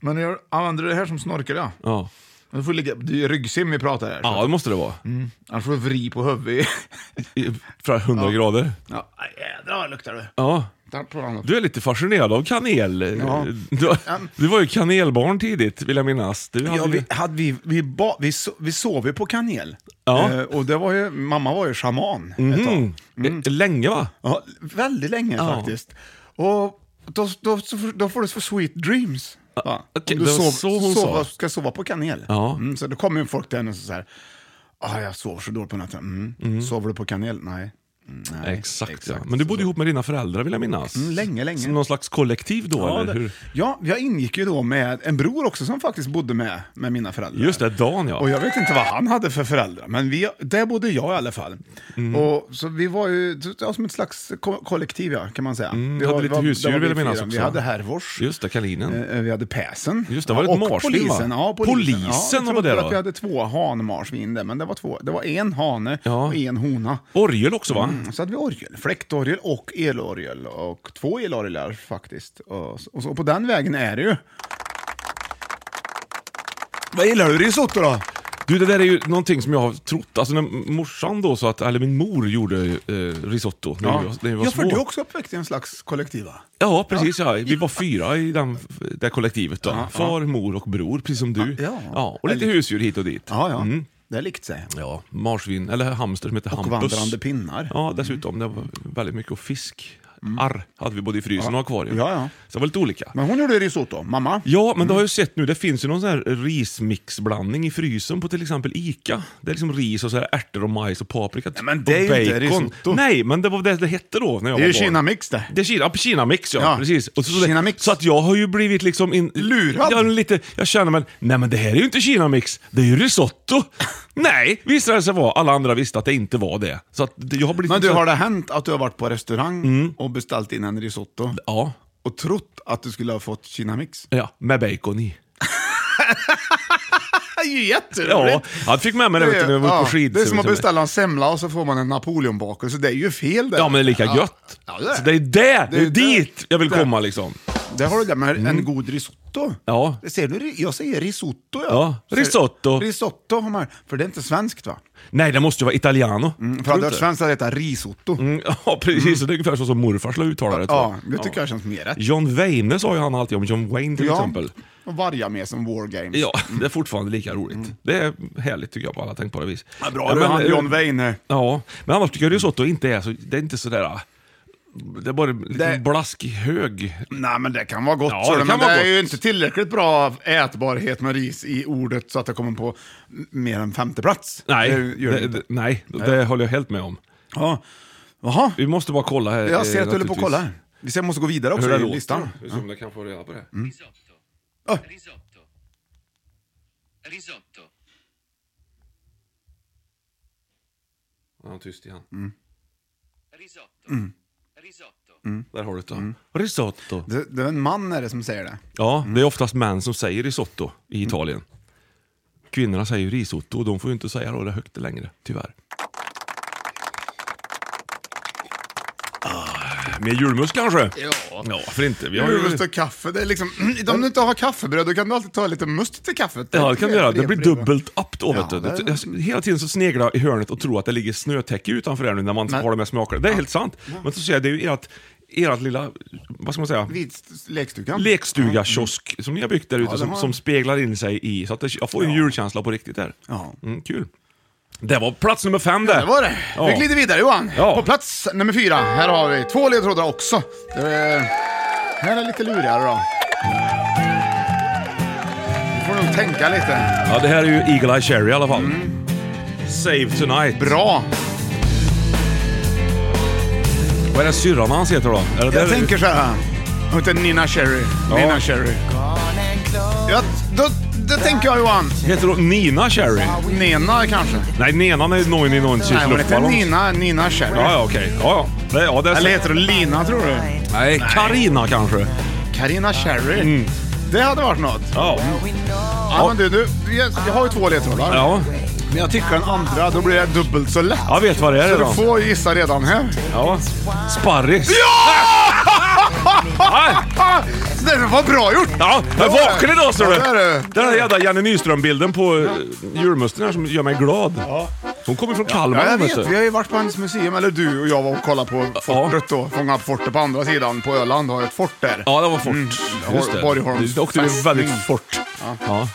A: Men när jag använder det här som snorkel ja.
B: Ja.
A: Du får ligga, det är ju ryggsim vi pratar här. så-
B: ja, det måste det vara.
A: Annars får du vri på huvudet.
B: I- För 100 grader.
A: ja, jädrar vad luktar det.
B: Ja.
A: Ta på den.
B: Du är lite fascinerad av kanel.
A: Ja.
B: Du, du var ju kanelbarn tidigt, vill jag minnas. Du hade
A: Ja,
B: ju-
A: vi, hade vi, vi, ba, vi, so, vi sov ju på kanel.
B: Ja.
A: Eh, och det var ju, mamma var ju shaman ett tag.
B: Mm. Eh, Länge va?
A: Ja, väldigt länge faktiskt. Och då, då, så får- då får du så sweet dreams. va?
B: okej,
A: Om du
B: det var
A: sov,
B: så hon
A: sova,
B: sa.
A: ska sova på kanel.
B: Ja.
A: Mm, så då kommer ju folk till henne och så här. Ah, jag sover så dåligt på natten. Mm. Sover du på kanel? Nej. Mm, Nej.
B: Exakt, ja. Men du bodde ihop med dina föräldrar vill jag minnas.
A: Mm, länge, länge.
B: Som någon slags kollektiv då
A: Ja,
B: eller
A: det-
B: hur?
A: ja, jag ingick ju då med en bror också som faktiskt bodde med, med mina föräldrar.
B: Just det, Dan ja.
A: Och jag vet inte vad han hade för föräldrar, men vi, där bodde jag i alla fall.
B: Mm.
A: Och, så vi var ju ja, som ett slags ko- kollektiv, ja, kan man säga. vi
B: Mm, hade
A: var-
B: lite
A: var-
B: husdjur,
A: där var vi
B: vill jag minnas
A: fyra.
B: också.
A: Vi hade Hervors,
B: Just det, kaninen.
A: eh, vi hade Päsen.
B: Just det, var det
A: Ja,
B: ett
A: och
B: marsvin, va?
A: polisen. Ja, polisen.
B: Polisen
A: ja, jag
B: var
A: trodde
B: det,
A: att
B: va?
A: vi hade två hanmarsvin där, men det var, två, det var en hane
B: Ja.
A: och en hona.
B: Orgel också va?
A: Mm, Så hade vi orgel, fläktorgel och elorgel. Och två elorglar faktiskt. Och, och, så, och på den vägen är det ju. Vad gillar du risotto då?
B: Du, det där är ju någonting som jag har trott. Alltså när morsan då sa att, eller min mor gjorde eh, risotto när vi var, när vi var
A: ja, för
B: små.
A: du är också uppväxt i en slags kollektiva.
B: Ja, precis. Ja. Vi var fyra i den, det kollektivet då. Far, mor och bror, precis som du.
A: Ja.
B: och lite husdjur hit och dit.
A: Ja, ja. Det är likt sig.
B: Mm. Ja, marsvin, eller hamster som heter
A: Och
B: Hampus.
A: vandrande pinnar. Mm.
B: Ja, dessutom. Det var väldigt mycket och fisk. Arr hade vi både i frysen och akvarium.
A: Ja, ja.
B: Så det var lite olika.
A: Men hon gjorde risotto, mamma.
B: Ja, men det
A: Mm.
B: har jag ju sett nu. Det finns ju någon sån här rismixblandning i frysen på till exempel ICA. Det är liksom ris och så här ärtor och majs och paprika.
A: Nej, men
B: och
A: det är ju inte risotto.
B: Nej, men det var det det hette då när jag
A: Det är ju
B: var barn.
A: Kina-mix det.
B: Det är Kina, Kina mix ja,
A: Ja.
B: precis. Och så,
A: Kina Mix.
B: så att jag har ju blivit liksom... In,
A: Lurad.
B: Jag, lite, jag känner men nej men det här är ju inte Kina mix, det är ju risotto. nej, visade det sig vara. Alla andra visste att det inte var det. Så att det- jag har blivit...
A: Men du,
B: så-
A: har det hänt att du har varit på restaurang och beställt in en risotto
B: Mm. Ja,
A: och trott att du skulle ha fått Kina-mix?
B: ja, med bacon i.
A: Det är ju
B: Ja,
A: jätteroligt!
B: jag fick med mig det, vet du, när jag var på skidor.
A: det är som att
B: Som-
A: beställa en semla och så får man en napoleonbakelse. Det är ju fel det.
B: Ja, men det är lika gött.
A: Ja, det är.
B: Så det är det, det
A: Det
B: är
A: är
B: dit
A: det.
B: jag vill
A: Det.
B: komma liksom.
A: Det har du där med en god risotto.
B: Mm. Ja.
A: Ser du? Jag säger risotto.
B: Ja, risotto.
A: Risotto har man, för det är inte svenskt va?
B: Nej, det måste ju vara italiano.
A: Mm, För hade
B: Tror du
A: det varit
B: inte?
A: svenskt hade det hetat risotto.
B: Mm, Ja, precis. Det är ungefär så som morfar skulle uttala det. tror jag.
A: Ja, det tycker jag känns mer rätt.
B: John Wayne sa ju han alltid om John Wayne till
A: Ja. Mm.
B: exempel.
A: och vargar med som War Games.
B: Ja, det är fortfarande lika roligt. Det är härligt tycker jag på alla tänkbara vis.
A: Mm. Ja, bra du,
B: eh,
A: han John Wayne.
B: Ja, men annars tycker jag risotto inte är så, det är inte sådär... ah, Det är bara en liten
A: Det-
B: blaskig hög.
A: Nej men det kan vara gott.
B: Ja,
A: så
B: det
A: det
B: kan
A: men
B: vara
A: det är
B: gott.
A: ju inte tillräckligt bra ätbarhet med ris i ordet så att det kommer på m- mer än femte plats.
B: Nej,
A: det gör det,
B: det,
A: inte.
B: det, nej, det håller jag helt med om.
A: Ja. Jaha,
B: Vi måste bara kolla här. eh,
A: jag ser att du håller på att
B: naturligtvis.
A: kolla här. Vi ser- måste gå vidare också
B: Hur Alltså, det
A: i
B: låter.
A: listan. Mm.
B: Vi ser om jag kan få reda på det.
A: Oh,
D: Risotto. Risotto.
B: Ja, han är tyst igen.
D: Risotto. Risotto.
B: Där har du det. då. Risotto.
A: det, det är en man är det som säger det.
B: Ja, det är oftast män som säger risotto i Italien. Kvinnorna säger ju risotto och de får ju inte säga då det högt längre, tyvärr. Ah, Mer julmust kanske? Ja. Ja, för inte? Vi har ju...
A: Julmust och kaffe, det är liksom, om du inte har kaffebröd då kan du alltid ta lite must till kaffet.
B: Ja, det kan du göra. Det blir
A: Repre-
B: dubbelt upp då, vet
A: Ja,
B: du. Det-
A: det-
B: jag- Hela tiden så sneglar jag i hörnet och tror att det ligger snötäcke utanför här nu när man
A: Men-
B: har de här smakerna. Det är helt sant. Men så ser jag, det är ju ert, ert lilla, vad ska man säga?
A: Vid st- lekstugan.
B: lekstuga, kiosk som ni har byggt där ute
A: det
B: som,
A: har-
B: som speglar in sig i. Så att det, jag får ju en julkänsla på riktigt där.
A: Ja.
B: Mm, kul. Det var plats nummer fem där.
A: Det var det.
B: Ja.
A: Vi glider vidare Johan.
B: Ja.
A: På plats nummer fyra, här har vi två ledtrådar också. Det är, här är lite lurigare då. Du får nog tänka lite.
B: Ja, det här är ju Eagle Eye Cherry i alla fall.
A: Mm.
B: Save Tonight.
A: Bra.
B: Vad är det syrran hans heter då? Är det
A: Jag
B: där-
A: tänker så här. Hon heter Nina Cherry. Nina Cherry. Ja, då, då tänker jag Johan.
B: Heter hon Nina Cherry?
A: Nena kanske?
B: Nej, Nenan är ju någon i någon
A: Nej, hon heter
B: luftballong.
A: Nina, Nina Cherry.
B: Ja, ja, okej. Ja, ja. Det, ja, det är
A: Eller heter hon Lina tror du?
B: Nej, Karina kanske.
A: Karina Cherry.
B: Mm.
A: Det hade varit något.
B: Ja.
A: Ja, men du, du, jag jag har ju två ledtrådar.
B: Ja.
A: Men jag tycker den andra, då blir det dubbelt så lätt.
B: Jag vet vad det är
A: Så du
B: redan.
A: får gissa redan här.
B: Ja. Sparris. Ja!
A: Ah, det var bra gjort!
B: Ja, jag är vaken idag ser du!
A: Ja, det är du.
B: Den där jävla Jenny Nyström-bilden på eh, julmusten här som gör mig glad. Hon kommer från Kalmar
A: Ja, jag
B: vet
A: vet, vi
B: du.
A: har ju varit på hennes museum, eller du och jag var och kollade på fortet då. Fånga upp fortet på andra sidan, på Öland har jag ett fort där.
B: Ja, det var fort.
A: Mm.
B: Just
A: Bor- Borgholms
B: det. Det åkte ju väldigt
A: fästning.
B: fort. Ja.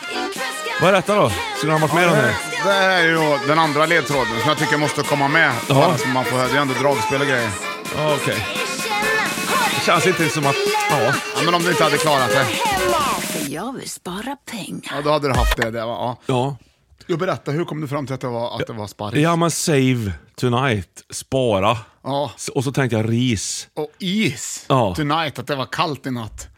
B: Vad är detta då? Skulle han varit med i den här?
A: Det här är ju då den andra ledtråden som jag tycker måste komma med.
B: Ja.
A: Annars man får, det är ändå dragspel och grejer.
B: Ja, okej. Det känns inte som att... Ja.
A: Ja, men om du inte hade klarat det.
E: Jag vill spara pengar.
A: Ja, då hade du haft det. det var, ja.
B: Ja.
A: Jag berätta, hur kom du fram till att det var, att det var sparris?
B: ja, men save tonight. Spara.
A: Ja.
B: S- Och så tänkte jag ris.
A: Och is.
B: Ja.
A: Tonight, att det var kallt i natt.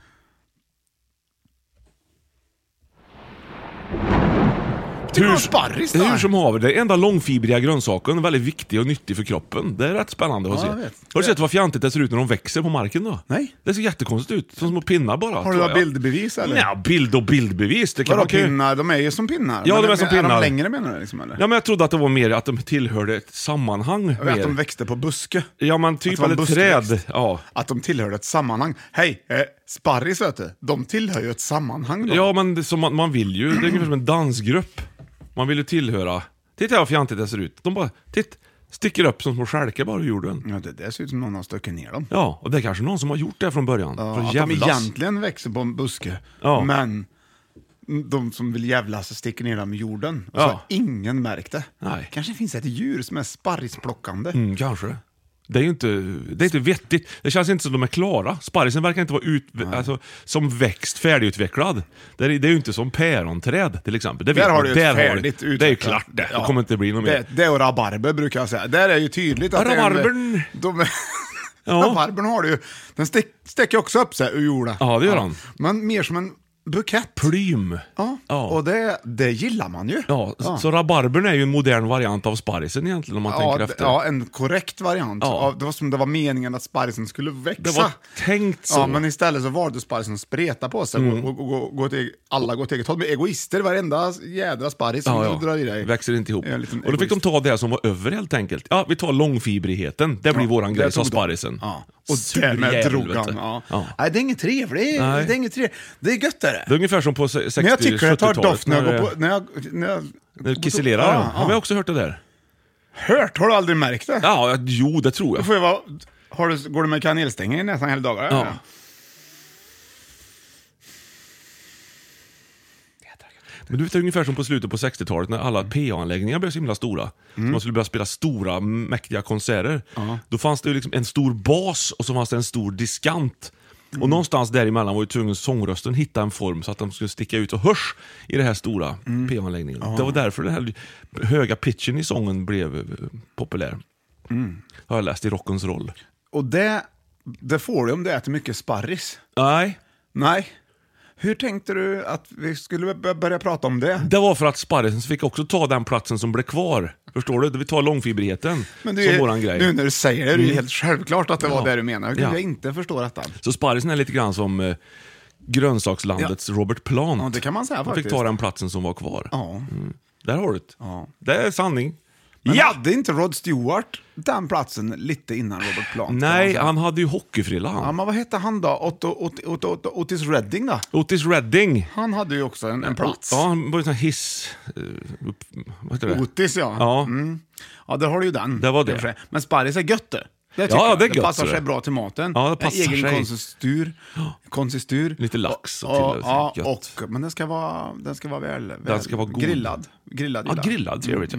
A: Det var sparris det här.
B: hur som haver, det är enda långfibriga grönsaken, väldigt viktig och nyttig för kroppen. Det är rätt spännande att
A: Ja,
B: se.
A: jag vet.
B: Har du sett vad fjantigt det ser ut när de växer på marken då?
A: Nej.
B: Det ser jättekonstigt ut, som små pinnar bara.
A: Har du några bildbevis eller?
B: Ja, bild och bildbevis. Det kan
A: Vadå
B: man ju...
A: pinnar? De är ju som pinnar.
B: Ja,
A: Men
B: de är som
A: Är
B: pinnar.
A: de längre menar du? Liksom, eller?
B: Ja, men jag trodde att det var mer att de tillhörde ett sammanhang.
A: Jag vet
B: mer.
A: att de växte på buske.
B: Ja, men
A: Att
B: typ,
A: det var en
B: eller
A: buskväxt.
B: träd. Ja.
A: Att de tillhörde ett sammanhang. Hej, eh, sparris vet du, de tillhör ju ett sammanhang då.
B: ja, men det, är som man, man vill ju. Det är ungefär som en dansgrupp. Man vill ju tillhöra. Titta här vad fjantigt det ser ut. De bara, titt, sticker upp som små stjälkar bara ur jorden.
A: Ja, det där ser ut som någon har stuckit ner dem.
B: Ja, och det är kanske någon som har gjort det från början.
A: Ja,
B: för
A: att
B: att
A: de
B: jävlas.
A: egentligen växer på en buske,
B: Ja.
A: men de som vill jävlas sticker ner dem i jorden. Och
B: Ja.
A: så har ingen märkt det.
B: Nej.
A: Kanske finns ett djur som är sparrisplockande.
B: Mm, kanske. Det är ju inte, det är inte vettigt. Det känns inte som de är klara. Sparrisen verkar inte vara ut, alltså, som växt färdigutvecklad. Det är, det är ju inte som päronträd till exempel. Det vet
A: Där har
B: man.
A: du ett
B: Där har
A: färdigt
B: du. Det är ju
A: utvecklat-
B: klart det.
A: Ja.
B: Det kommer inte bli något
A: Det,
B: mer.
A: det och rabarber brukar jag säga. Där är ju tydligt att det är en- eh,
B: Rabarbern.
A: De,
B: Ja.
A: Rabarbern har du ju. Den stick, sticker också upp sig ur jorden.
B: Ja, det gör han.
A: Men mer som en bukett.
B: Plym.
A: Ja.
B: Ja.
A: Och det, det gillar man ju.
B: Ja, så- Så rabarbern är ju en modern variant av sparrisen egentligen om man
A: Ja,
B: tänker
A: d-
B: efter.
A: ja, en korrekt variant.
B: Ja.
A: Ja. Det var som det var meningen att sparrisen skulle växa.
B: det var tänkt så.
A: Ja, men istället så valde sparrisen att spreta på sig och, och, och, och gå till, alla går till eget håll. Men egoister, varenda jädra sparris som
B: Ja,
A: du drar i dig.
B: Växer inte ihop.
A: är en liten
B: Och då fick de
A: egoist.
B: ta det som var över helt enkelt. Ja, vi tar långfibrigheten. Det blir våran
A: där
B: grej, sa
A: tog de.
B: sparrisen.
A: Ja. Och
B: Sur
A: därmed
B: jävel,
A: drog
B: vet
A: han.
B: du.
A: Ja.
B: Ja.
A: Nej, det är inget trevligt. Det är
B: Nej.
A: inget trevligt. Det är gött är det.
B: Det är ungefär som på se- 60-70-talet.
A: Men jag tycker det tar doft när jag går på... När jag, när jag,
B: När du kisselerar.
A: Ja,
B: Ja,
A: ja.
B: Har vi också hört det där?
A: Hört? Har du aldrig märkt det?
B: Ja, ja, jo det tror
A: Då
B: jag.
A: får jag vara, har du, går du med kanelstänger i näsan hela dagarna?
B: Ja. Men du vet, det är ungefär som på slutet på 60-talet när alla PA-anläggningar blev så himla stora.
A: Mm.
B: Så man skulle börja spela stora, mäktiga konserter. Då fanns det ju liksom en stor bas och så fanns det en stor diskant.
A: Mm.
B: Och någonstans däremellan var ju tvungen sångrösten hitta en form så att de skulle sticka ut och hörs i den här stora
A: Mm.
B: PA-anläggningen. Det var därför den här höga pitchen i sången blev eh, populär.
A: Mm.
B: Har jag läst i rockens roll.
A: Och det, det får du om du äter mycket sparris.
B: Nej,
A: Nej. Hur tänkte du att vi skulle b- börja prata om det?
B: Det var för att sparrisen fick också ta den platsen som blev kvar. Förstår du? Vi tar långfibrigheten
A: Men
B: som
A: är-
B: våran grej. Mm.
A: Nu när du säger det är det ju helt självklart att det var det du menade. Gud,
B: Ja.
A: Jag inte förstår detta.
B: Så sparrisen är lite grann som eh, grönsakslandets Robert Plant.
A: Ja, det kan man säga
B: Han
A: faktiskt.
B: fick ta den platsen som var kvar.
A: Ja.
B: Där har du det. Det är sanning.
A: Men
B: ja!
A: hade inte Rod Stewart den platsen lite innan Robert Plant? kan man
B: Nej,
A: säga?
B: han hade ju hockeyfrilla han.
A: Ja, men vad hette han då? Otto, Otto, Otto, Otto, Otis Redding då?
B: Otis Redding.
A: Han hade ju också en, en plats.
B: Ja, han var ju sån här hiss... eh, upp, vad heter det?
A: Otis ja.
B: Ja.
A: Mm. ja, där har du ju den.
B: Det var det.
A: I och för sig. Men sparris är gött det. Det, tycker
B: Ja,
A: jag.
B: det är gött,
A: passar
B: så
A: sig
B: det.
A: bra till maten.
B: Ja, det passar
A: Egen
B: sig.
A: konsistur. konsistur.
B: Lite lax och
A: Ja,
B: till det, så
A: ja,
B: gött.
A: och, men den ska vara, den ska vara väl, väl
B: ska vara god.
A: grillad. Grillad. gillar
B: Ja,
A: jag. Mm.
B: grillad. Trevligt ja.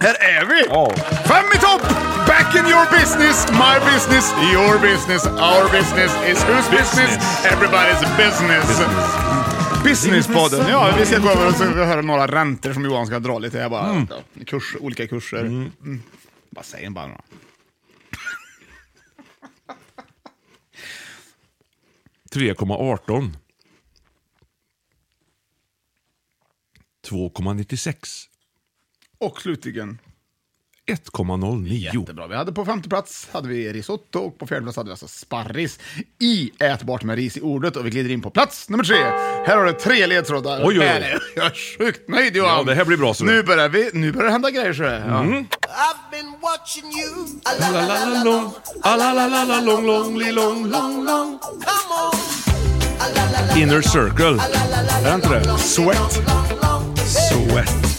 A: Här är vi!
B: Ja.
A: Fem i topp! Back in your business, my business, your business, our business is whose business, everybody's business. Businesspodden. Ja, vi ska gå över och så höra några räntor som Johan ska dra lite. Jag bara, ja, kurs, olika kurser. Mm. Bara säg en bara några.
B: Tre komma arton. 2,96.
A: Och slutligen,
B: 1,09.
A: jättebra. Vi hade på femte plats hade vi risotto och på fjärde plats hade vi alltså sparris i ätbart med ris i ordet. Och vi glider in på plats nummer tre. Här har du tre ledtrådar.
B: Oj, oj, oj.
A: Nej, Jag är sjukt nöjd Johan.
B: Ja, det här blir bra, så Mm. det.
A: Nu börjar, vi, nu börjar det hända grejer så det. Ja.
D: I've been watching you.
B: La, la, la, lång. Ah, la, la, la, la, lång, lång, li, lång, lång, lång.
D: Come on.
B: Inner circle. Är det inte det?
A: Sweat.
B: Sweat.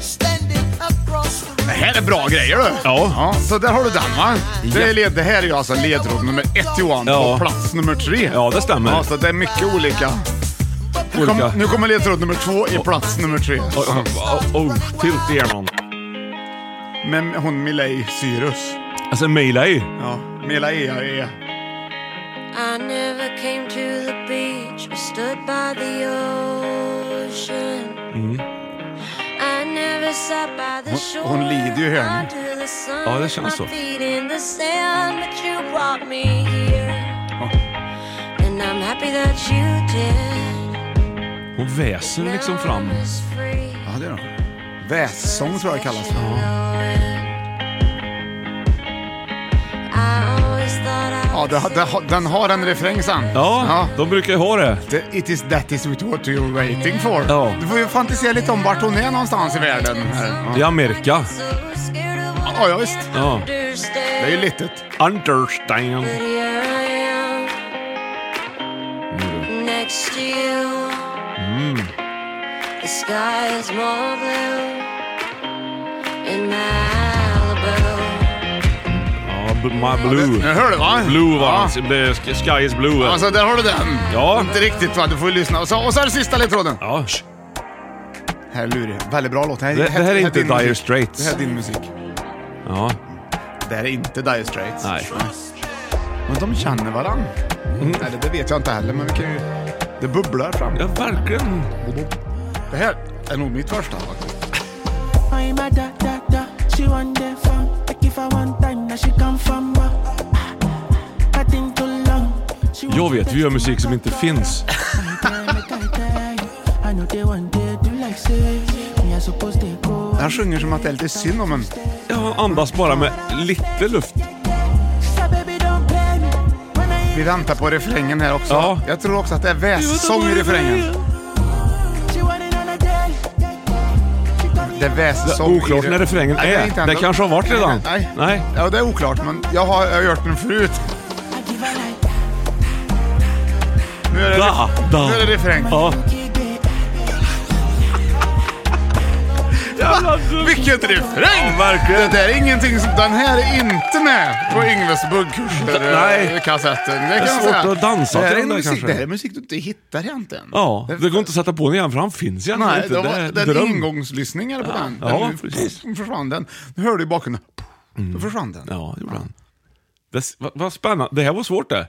D: Standing across the
A: Det här är bra grejer du. Ja. så där har du den va? Det, är led, det här är ju alltså ledtråd nummer ett Johan,
B: Ja.
A: på plats nummer tre.
B: Ja, det stämmer.
A: Ja, så det är mycket olika. Nu,
B: Olika.
A: Kom, nu kommer ledtråd nummer två i plats nummer tre.
B: Oj, oj, oj, oj, Tilt i hjärnan.
A: Med hon Miley Cyrus.
B: Alltså, Melee.
A: Ja, Mela Ea är...
E: I never came to the beach or stood by the ocean. I never sat by
A: Mm.
E: the
A: Hon-
E: shore.
A: hon lider ju här nu.
E: under the sun.
B: Ja, det känns så.
E: My feet in the sand, but you brought me here. And I'm happy that you did.
B: Hon väser liksom fram.
E: Now I'm as free
A: Ja, det är hon. Vässång tror jag det kallas.
E: as you know it. I always thought I
A: Ja, det, ha- det, ha- den har en refräng sen.
B: Ja, de brukar ju ha det.
A: The- It is that is what you're waiting for. Du får ju fantisera lite om vart hon är någonstans i världen. här.
B: I Amerika.
A: Ja, ja visst.
B: Ja.
A: Det är ju litet.
B: Understand.
E: Next to you,
B: Mm.
E: the sky is more blue in Malibu.
B: Ja, b- my blue.
A: det hör du, va?
B: Blue var
A: Ja.
B: hans- det- sk- Sky is blue.
A: Alltså, där har du den.
B: Ja.
A: Inte riktigt va, du får ju lyssna. Och så, och så är det sista ledtråden.
B: Ja.
A: Här är lurig. Väldigt bra låt.
B: Det- det här är inte
A: din musik.
B: Dire Straits.
A: Det här är din musik.
B: Ja.
A: Det här är inte Dire Straits.
B: Nej. Mm.
A: Men de känner varandra. Nej, det, det vet jag inte heller, men vi kan ju... Det bubblar fram.
B: Ja, verkligen.
A: Det här är nog mitt första faktiskt.
F: I'm a da da da. She one day from. Like if I one time, now she come from. uh, I think too long. She
B: Jag
F: want
B: vet, vi gör musik som inte finns.
F: I know they one day do like say. Me I suppose they go.
A: Han sjunger som att det är lite synd om en.
B: Ja, han andas bara med lite luft.
F: Say baby don't play me.
A: Vi väntar på refrängen här också.
B: Ja.
A: Jag tror också att det är vässång i refrängen.
F: She want it on a day.
A: Det är vässång i
B: Oklart när refrängen
A: Nej, det
B: är.
A: inte
B: Det
A: ändå.
B: kanske har varit redan.
A: Nej.
B: Nej.
A: Ja, det är oklart, men jag har, jag har gjort den förut.
F: I give her like
A: Nu är det,
B: Da, da.
A: Nu är det refräng.
B: Ja.
A: Vilket refräng!
B: verkligen.
A: Det där är ingenting som... Den här är inte med på Yngves buggkurser.
B: Nej.
A: eh, Kassetten. Det,
B: är
A: kan man
B: svårt
A: säga.
B: att dansa
A: det här
B: till
A: är
B: den där
A: musik,
B: kanske.
A: Det här är musik du inte hittar egentligen.
B: Ja, det går inte att sätta på den igen för han finns egentligen
A: Nej,
B: inte.
A: det
B: är
A: var,
B: ett
A: det är
B: dröm.
A: ingångslyssningar på
B: Ja,
A: den.
B: ja,
A: den
B: precis. Mm.
A: Nu försvann den. Nu hörde du i bakgrunden. Då försvann den.
B: Ja, det gjorde han. Det, vad, vad spännande. Det här var svårt det.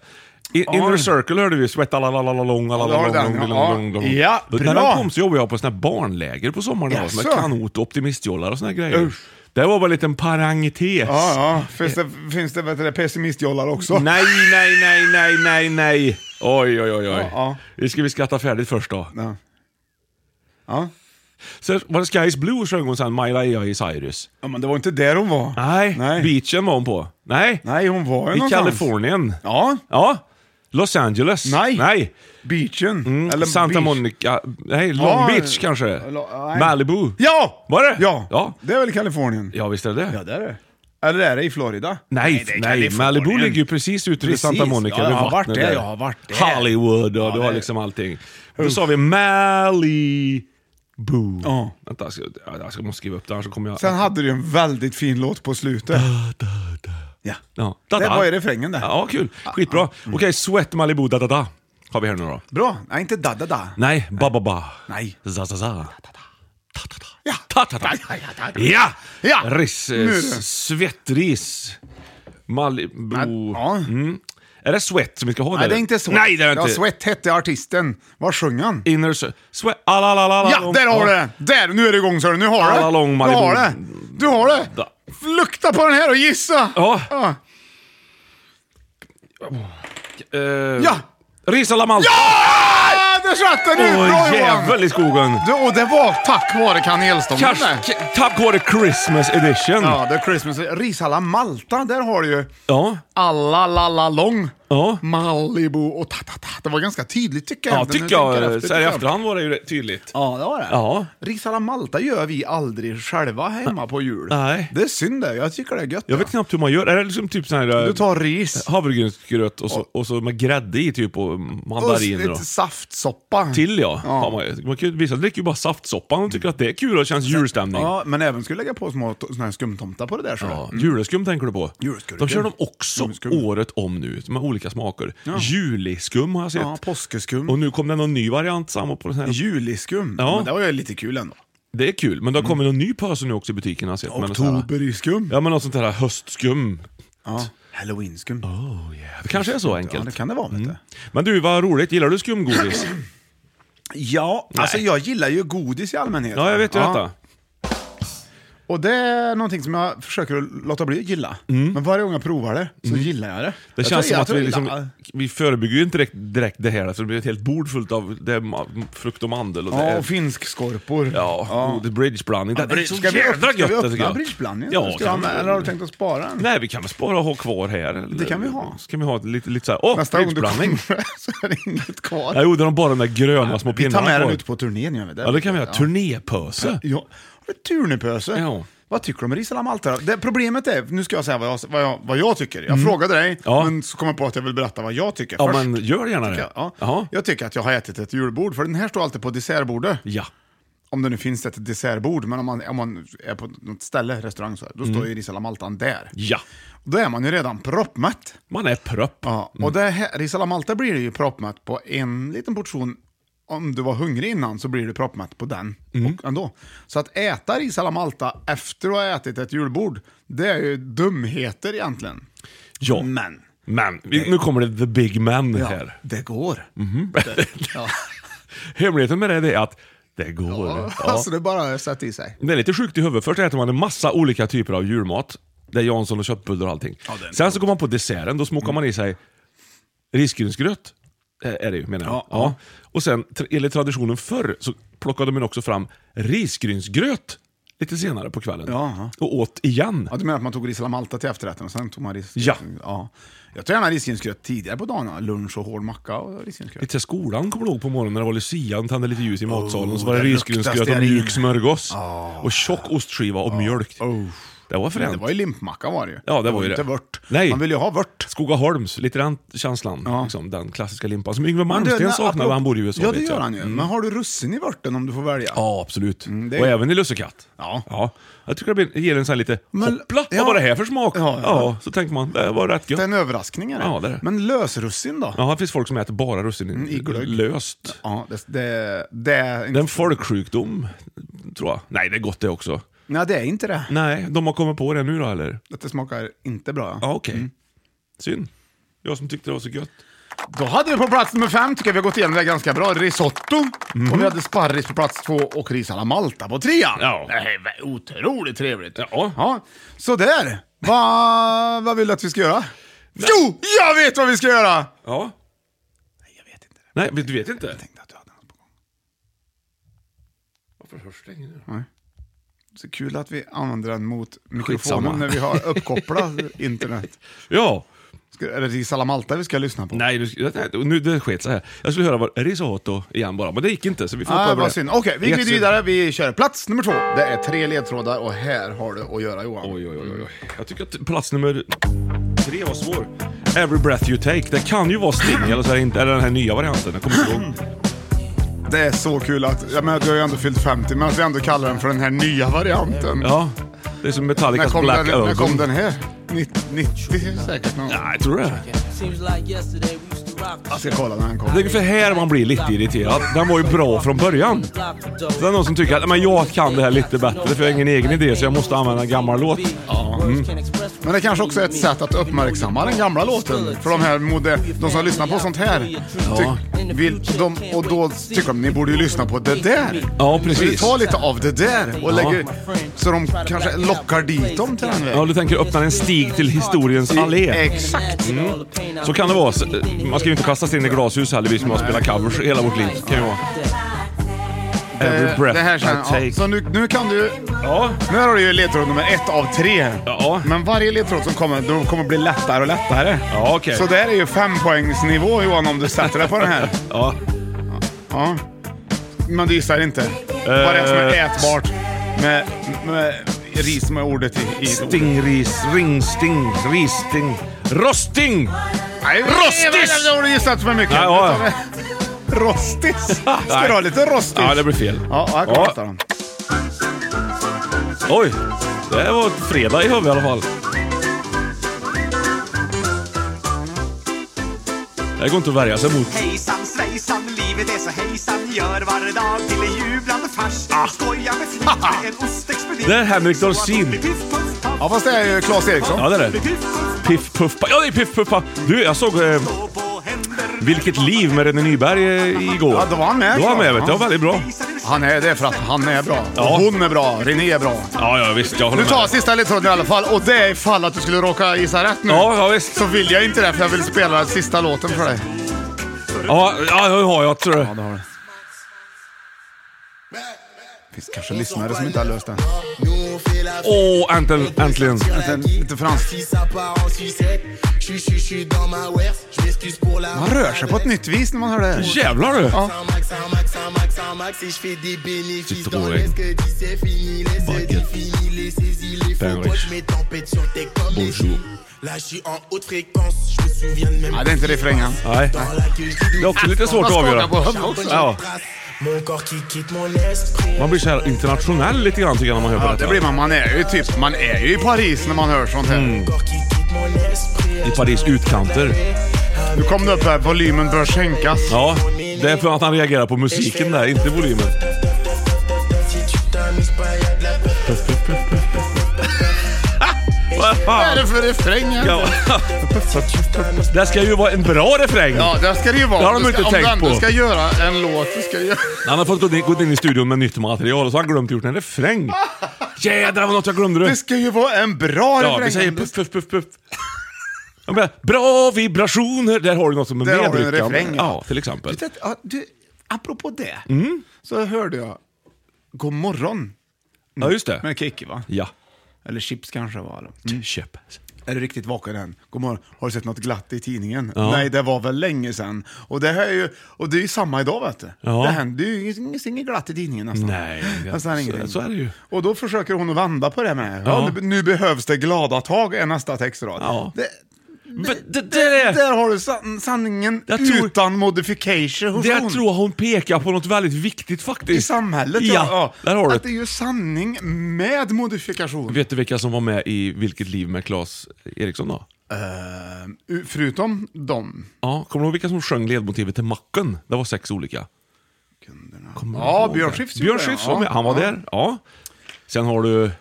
B: I, Inner Circle hörde vi sweat la la la la lång, la la
A: Ja, det var
B: la
A: den,
B: lång,
A: ja.
B: lång, lång, lång.
A: Ja,
B: Då-
A: bra.
B: När han kom så jobbade jag på såna här barnläger på sommaren då, med
A: Jaså?
B: kanot och optimistjollar och såna här grejer.
A: Usch.
B: Det var bara en liten parentes.
A: Ja, ja. Finns det, finns det, vet du, det, pessimistjollar också?
B: Nej, nej, nej, nej, nej, nej. Oj, oj, oj, oj.
A: Ja,
B: Vi ska vi skratta färdigt först då.
A: Ja. Ja.
B: Sen var det Skies Blue sjöng hon sen, Miley J. Cyrus.
A: ja, men det var inte där hon var.
B: Nej.
A: Nej.
B: beachen var hon på. Nej,
A: Nej, hon var ju
B: i
A: någonstans.
B: Kalifornien.
A: Ja,
B: Ja, Los Angeles.
A: Nej.
B: Nej.
A: beachen.
B: Eller Mm, Santa
A: beach.
B: Monica, nej, Long
A: Ja,
B: Beach kanske?
A: lo- nej.
B: Malibu?
A: Ja!
B: Var det?
A: Ja.
B: Ja,
A: Det är väl Kalifornien?
B: ja visst är det
A: Ja, det är det. Eller är det i Florida?
B: Nej,
A: det är
B: nej,
A: Kalifornien.
B: Malibu ligger ju precis ute vid
A: Precis.
B: Santa Monica.
A: Ja, jag
B: vid
A: har varit
B: vattnet
A: där,
B: där.
A: jag har varit där.
B: Hollywood och
A: Ja,
B: du
A: det
B: har
A: är-
B: liksom allting. Då sa vi Malibu.
A: Ja.
B: Vänta, jag, ska, jag ska, måste skriva upp det här så kommer jag...
A: Sen hade du en väldigt fin låt på slutet. Ja.
B: ja.
A: Det
B: Da-da.
A: var ju Mm. refrängen där.
B: Ja, kul. Skitbra. Okej, Sweat Malibu da-da-da har vi här nu då.
A: Bra. Nej, inte da-da-da.
B: Nej, ba-ba-ba.
A: Nej.
B: Za-za-za.
A: Ja.
B: Ta-ta-ta.
A: Ja, ja, ja, ja.
B: Ja!
A: Ja.
B: Ris, eh,
A: Nu är det.
B: s- svettris. Malibu.
A: Ja.
B: Mm. Är det svett som vi ska ha där?
A: Nej, det är inte Sweat.
B: Nej, det är det
A: Ja,
B: inte.
A: Sweat hette artisten. Vad sjöng han?
B: Inner Circle. Sweat. Ah, Alalalala.
A: Ja, där har du det! Där, nu är det igång så du. Nu har
B: Alla
A: du
B: lång
A: Du har det!
B: Malibu.
A: Du har det!
B: Da. Äh.
A: Lukta på den här och gissa!
B: Ja.
A: Ja!
B: Eh,
A: Ja!
B: Ris alla Malta.
A: Ah, där satt den! nu!
B: Åh,
A: Bra Johan!
B: jävel i skogen.
A: Du, och det var tack vare kanelstången
B: Kars,
A: där.
B: k- tack vare Christmas edition.
A: Ja, The Christmas. Ris alla Malta, där har du ju
B: Ja.
A: alla la la lång.
B: Ja.
A: Malibu och ta-ta-ta. Det var ganska tydligt tycker jag.
B: Ja,
A: När du
B: tycker
A: tänker
B: jag. Så
A: tycker
B: här i
A: jag.
B: efterhand var det ju rätt tydligt.
A: Ja, det var det.
B: Ja.
A: Ris alla Malta gör vi aldrig själva hemma på jul.
B: Nej.
A: Det är synd det. Jag tycker det är gött.
B: Jag vet knappt hur man gör. Är det liksom typ sån här... eh,
A: Du tar ris.
B: Havregrynsgröt och så, och så med grädde i typ och mandariner.
A: Och
B: Och
A: lite saftsoppa.
B: till ja. ja. man, man kan, ju- vissa dricker ju bara saftsoppan och tycker att det är kul och känns julstämning.
A: Ja, men även skulle lägga på små t- såna här skumtomtar på det där. Så
B: Ja, juleskum tänker du på?
A: Juleskum.
B: De kör de också
A: Juleskum.
B: året om nu, med olika smaker. Juliskum har jag sett.
A: ja mm. påskeskum.
B: och nu kom det någon ny variant samma på den här.
A: Juliskum.
B: Ja.
A: Men det var ju lite kul ändå.
B: Det är kul, men det har
A: Mm.
B: kommit någon ny påse nu också i butikerna. har jag Sett, med något så här-
A: Oktoberiskum.
B: Ja men något sånt här höstskum.
A: Ja. Halloweenskum.
B: Oh yeah. Det kanske är så enkelt. Mm.
A: Ja, det kan det vara. Vet du.
B: Men du, vad roligt. Gillar du skumgodis?
A: Ja, alltså jag gillar ju godis i allmänhet.
B: ja, jag vet ju detta.
A: Och det är någonting som jag försöker att låta bli att gilla. Men varje gång jag provar det så gillar jag det.
B: Mm. Det
A: jag
B: känns
A: tror- jag
B: som att
A: tror
B: vi,
A: jag
B: liksom,
A: gillar-
B: vi förebygger ju inte direkt, direkt det här, för det blir ett helt bord fullt av det är ma- frukt och mandel. Och det
A: Ja,
B: är,
A: och finskskorpor.
B: ja, och det är bridgeblandning. Det är så
A: ska vi
B: jädra
A: öppna- ska
B: gött
A: vi
B: det
A: öppna
B: tycker jag.
A: bridgeblandningen?
B: Ja,
A: Ska vi
B: kan
A: ha- eller har du tänkt att spara den?
B: Nej, vi kan väl spara och ha kvar här. Eller,
A: Det kan vi ha.
B: Så kan vi ha ett lite, lite såhär, åh,
A: Nästa gång du
B: bridgeblandning.
A: kommer så är det inget kvar.
B: Nej, jo, det är bara de där gröna små
A: vi
B: pinnarna
A: tar med den
B: kvar.
A: ut på turnén. Gör vi
B: Ja, det kan vi ha. Turnépöse.
A: Ja, har du turnipöse? Vad tycker du om ris eller malta? Det, problemet är, nu ska jag säga vad jag, vad jag, vad jag tycker. Jag
B: Mm.
A: frågade dig,
B: Ja.
A: men så kom jag på att jag vill berätta vad jag tycker
B: Ja,
A: först.
B: men gör gärna
A: Tycker
B: det.
A: Jag, ja. jag tycker att jag har ätit ett julbord, för den här står alltid på dessertbordet.
B: Ja.
A: Om det nu finns ett dessertbord, men om man, om man är på något ställe, restaurang, så här, då står ju ris eller maltan där.
B: Mm. Ja.
A: Då är man ju redan proppmätt.
B: Man är propp.
A: Ja, och det här, ris alla malta blir det ju proppmätt på en liten portion. Om du var hungrig innan så blir du proppmätt på den
B: Mm.
A: och ändå. Så att äta ris alla malta efter att ha ätit ett julbord, det är ju dumheter egentligen.
B: Ja.
A: Men.
B: Men, vi- nu kommer det the big man här.
A: Det går.
B: Mhm. Hemligheten med det är att det går. Ja.
A: Alltså det bara sätter i sig.
B: Det är lite sjukt i huvudet. Först äter man en massa olika typer av julmat. Det är Jansson och köttbullar och allting. Sen så går man på desserten, då smakar man i sig risgrynsgröt. Eh, Är det ju, menar jag. Ja, Och sen, tr- enligt traditionen förr, så plockade man också fram risgrynsgröt lite senare på kvällen. Och åt igen.
A: Ja, du menar att man tog ris alla malta till efterrätten och sen tog man ris?
B: Ja.
A: ja. Jag tar gärna risgrynsgröt tidigare på dagarna. Lunch och hård macka och risgrynsgröt.
B: Lite till skolan kommer jag ihåg på morgonen när det var lucia och tände lite ljus i matsalen. och så var det
A: det
B: risgrynsgröt
A: Oh, luktar
B: och mjuk
A: stearin.
B: smörgås. Och tjock ostskiva och mjölk. Det var
A: Oh. Men det
B: fränt.
A: var ju limpmacka var det ju.
B: Ja, det var ju
A: inte
B: det.
A: vört.
B: Nej.
A: Man vill ju ha vört.
B: Skogaholms, lite den känslan. Liksom, den klassiska limpan som Yngve
A: Men du,
B: Malmsteen
A: när-
B: saknar,
A: apropå-
B: han bor i USA.
A: Ja, det
B: vet jag.
A: gör han ju.
B: Mm.
A: Men har du russin i vörten om du får välja?
B: Ja, absolut.
A: det är-
B: Och även i lussekatt.
A: Ja.
B: ja. Jag tycker det blir- ger en sån här lite,
A: Men-
B: hoppla,
A: ja.
B: vad var det här för smak?
A: Ja, ja.
B: så tänker man, det var rätt gött.
A: Det är en överraskning. Är det?
B: Ja, det är det.
A: Men lösrussin då?
B: Ja, det finns folk som äter bara russin
A: Mm, i glögg.
B: löst.
A: Ja, det, det, det, är
B: Det är
A: inte,
B: en folksjukdom, tror jag. Nej, det är gott det också.
A: nej, det är inte det.
B: Nej, de har kommit på det nu då eller?
A: Att det smakar inte bra.
B: Ja, okej. Synd. Jag som tyckte det var så gött.
A: Då hade vi på plats nummer fem, tycker jag vi har gått igenom det ganska bra, risotto.
B: Mhm.
A: Och vi hade sparris på plats två och ris alla Malta på trean.
B: Ja.
A: Det här var otroligt trevligt.
B: Ja.
A: Ja, sådär. Va, vad vill du att vi ska göra? Jo, jag vet vad vi ska göra!
B: Ja. Nej, jag vet inte. Nej, du vet inte? Jag tänkte att du hade något på gång. Varför hörs det ingen nu?
A: Nej. Så kul att vi använder den mot
B: Skitsamma.
A: mikrofonen när vi har uppkopplat internet.
B: Ja.
A: Ska, är det ris alla Malta vi ska lyssna på?
B: Nej, du, nej, nu, det sket så här. Jag skulle höra vad risotto igen bara, men det gick inte så vi får
A: Ah,
B: ta
A: vad
B: det.
A: synd. Okej, vi glider
B: Jättesynd.
A: vidare. Vi kör plats nummer två. Det är tre ledtrådar och här har du att göra Johan.
B: Oj, oj, oj, oj. Jag tycker att plats nummer tre var svår. Every breath you take. Det kan ju vara Sting, eller så är det inte. Eller den här nya varianten, jag kommer inte ihåg.
A: Det är så kul att, jag menar, du har ju ändå fyllt 50, men att vi ändå kallar den för den här nya varianten.
B: Ja, det är som
A: När
B: Metallicas
A: kom,
B: Black
A: den, när kom
B: Album.
A: den här? 90, 90 säkert någon.
B: Nej, jag tror det.
G: Seems like yesterday we used to rock.
A: Jag ska kolla när den
B: Det är
A: kom.
B: ungefär här man blir lite irriterad. Den var ju bra från början. Så det är någon som tycker att men jag kan det här lite bättre för jag har ingen egen idé så jag måste använda en gammal låt. Mm.
A: Men det kanske också är ett sätt att uppmärksamma den gamla låten. För de här moder, de som lyssnar på sånt här,
B: Ja.
A: tyck, vill, de, och då tycker de ni borde ju lyssna på det där. Så
B: Ja,
A: vi
B: precis.
A: tar lite av det där och
B: Ja.
A: lägger, så de kanske lockar dit dem till den
B: Ja,
A: vägen.
B: du tänker öppna en stig till historiens allé.
A: Exakt.
B: Mm. Så kan det vara. Så, eh, Man ska ju inte kasta sig in i glashus heller, vi som har spelat covers hela vårt liv. Kan ju vara. Every
A: Eh,
B: breath
A: det här
B: I
A: känner, ja.
B: take.
A: Så nu, nu kan du...
B: Ja.
A: Nu har du ju ledtråd nummer ett av tre.
B: Ja.
A: Men varje ledtråd som kommer, de kommer bli lättare och lättare.
B: Ja, okej.
A: Så där är ju fempoängsnivå Johan om du sätter dig på den här.
B: Ja.
A: Ja. Men du gissar inte vad det är som är
B: Eh.
A: ätbart med, med ris med ordet i, i ordet.
B: Stingris, ringsting, rissting, rosting!
A: Nej,
B: Rostis!
A: Det har du gissat för mycket.
B: Ja, ja.
A: Rostis. Ska
B: Nej.
A: du ha lite rostis?
B: Ja, det blir fel.
A: Ja, här kommer nästa då.
B: Oj, det var ett fredag i huvudet i alla fall. Det går inte att värja sig mot.
H: Hejsan svejsan, livet är så hejsan Gör varje dag till en jublande fars Skoja med flit med en ostexpedit
B: Ah. Det är Henrik Dorsin.
A: Ja, fast det är ju Claes Eriksson.
B: Ja, det är det. Piff Puff Pa. Ja, det är Piff Puff Pa. Du, jag såg eh, Vilket liv med René Nyberg eh, igår.
A: Ja, då var han med,
B: Då var han med,
A: så.
B: vet du. Det var väldigt bra.
A: Han är det för att han är bra. Och hon är bra. René är bra.
B: Ja, ja visst. Jag håller
A: Nu tar jag
B: med.
A: sista ledtråden i alla fall och det är ifall att du skulle råka gissa rätt nu.
B: Ja, ja, visst.
A: Så vill jag inte det för jag vill spela sista låten för dig.
B: Ja, ja, det har jag tror du.
A: det har du. finns kanske lyssnare som inte har löst den.
B: Åh, äntligen, äntligen.
A: Äntligen, lite franskt. Man rör sig på ett nytt vis när man hör det. här.
B: Jävlar du.
A: Ja.
B: Petite Rolex. Baguette. Pain-riche. Bonjour.
A: Nej, det är inte refrängen.
B: Nej. Det är också lite svårt att avgöra. Ja. Man blir så här internationell lite grann tycker jag när man hör på
A: Ja,
B: detta.
A: det blir man. Man är ju typ, man är ju i Paris när man hör sånt här.
B: Mm. I Paris utkanter.
A: Nu kom det upp här, volymen bör sänkas.
B: Ja, det är för att han reagerar på musiken där, inte volymen. Vad
A: Vad är
B: fan?
A: det för refräng?
B: Ja.
A: egentligen?
B: Det ska ju vara en bra refräng.
A: Ja, det ska det ju vara.
B: Det har de
A: Du ska,
B: inte tänkt
A: Om du
B: på.
A: ändå ska göra en låt så ska du göra...
B: Han har fått gå in- gått in i studion med nytt material och så har han glömt gjort en refräng. Jädrar vad något jag glömde
A: Det
B: du.
A: ska ju vara en bra
B: Ja,
A: refräng.
B: vi säger puff, puff, puff, puff. Jag menar, Bra vibrationer! Där har du något som är
A: Där har du en
B: medryckande.
A: refräng, ja.
B: Ja, till exempel.
A: Vet du att- ja, du, apropå det,
B: Mm.
A: så hörde jag God morgon
B: Ja, just det.
A: med Kikki va?
B: Ja.
A: Eller chips kanske var. Eller?
B: Köp.
A: Är du riktigt vaken än? God morgon. Har du sett något glatt i tidningen? Nej, det var väl länge sedan. Och det, här är ju, och det är ju samma idag vet du.
B: Ja.
A: Det händer ju inget- inget glatt i tidningen nästan.
B: Nej, det-
A: nästan
B: så-
A: ingenting.
B: så är det ju.
A: Och då försöker hon att vända på det med. Ja.
B: Ja.
A: nu, nu behövs det glada tag är nästa textrad.
B: Ja.
A: Det,
B: Men det, det, är-
A: där har du san, sanningen
B: Jag tror-
A: utan modification. hos
B: Där
A: hon.
B: tror jag hon pekar på något väldigt viktigt faktiskt.
A: I samhället,
B: ja. Där har
A: Att det
B: du
A: är
B: det.
A: ju sanning med modifikation.
B: Vet du vilka som var med i Vilket liv med Claes Eriksson då?
A: U- Förutom dem.
B: Ja, kommer du ihåg vilka som sjöng ledmotivet till Macken? Det var sex olika. Kommer du
A: Ja,
B: ihåg
A: Björn
B: det?
A: Skifs
B: Björn
A: gjorde det,
B: Skifs
A: ja.
B: var med. Han var
A: Ja.
B: där. Ja. Sen har du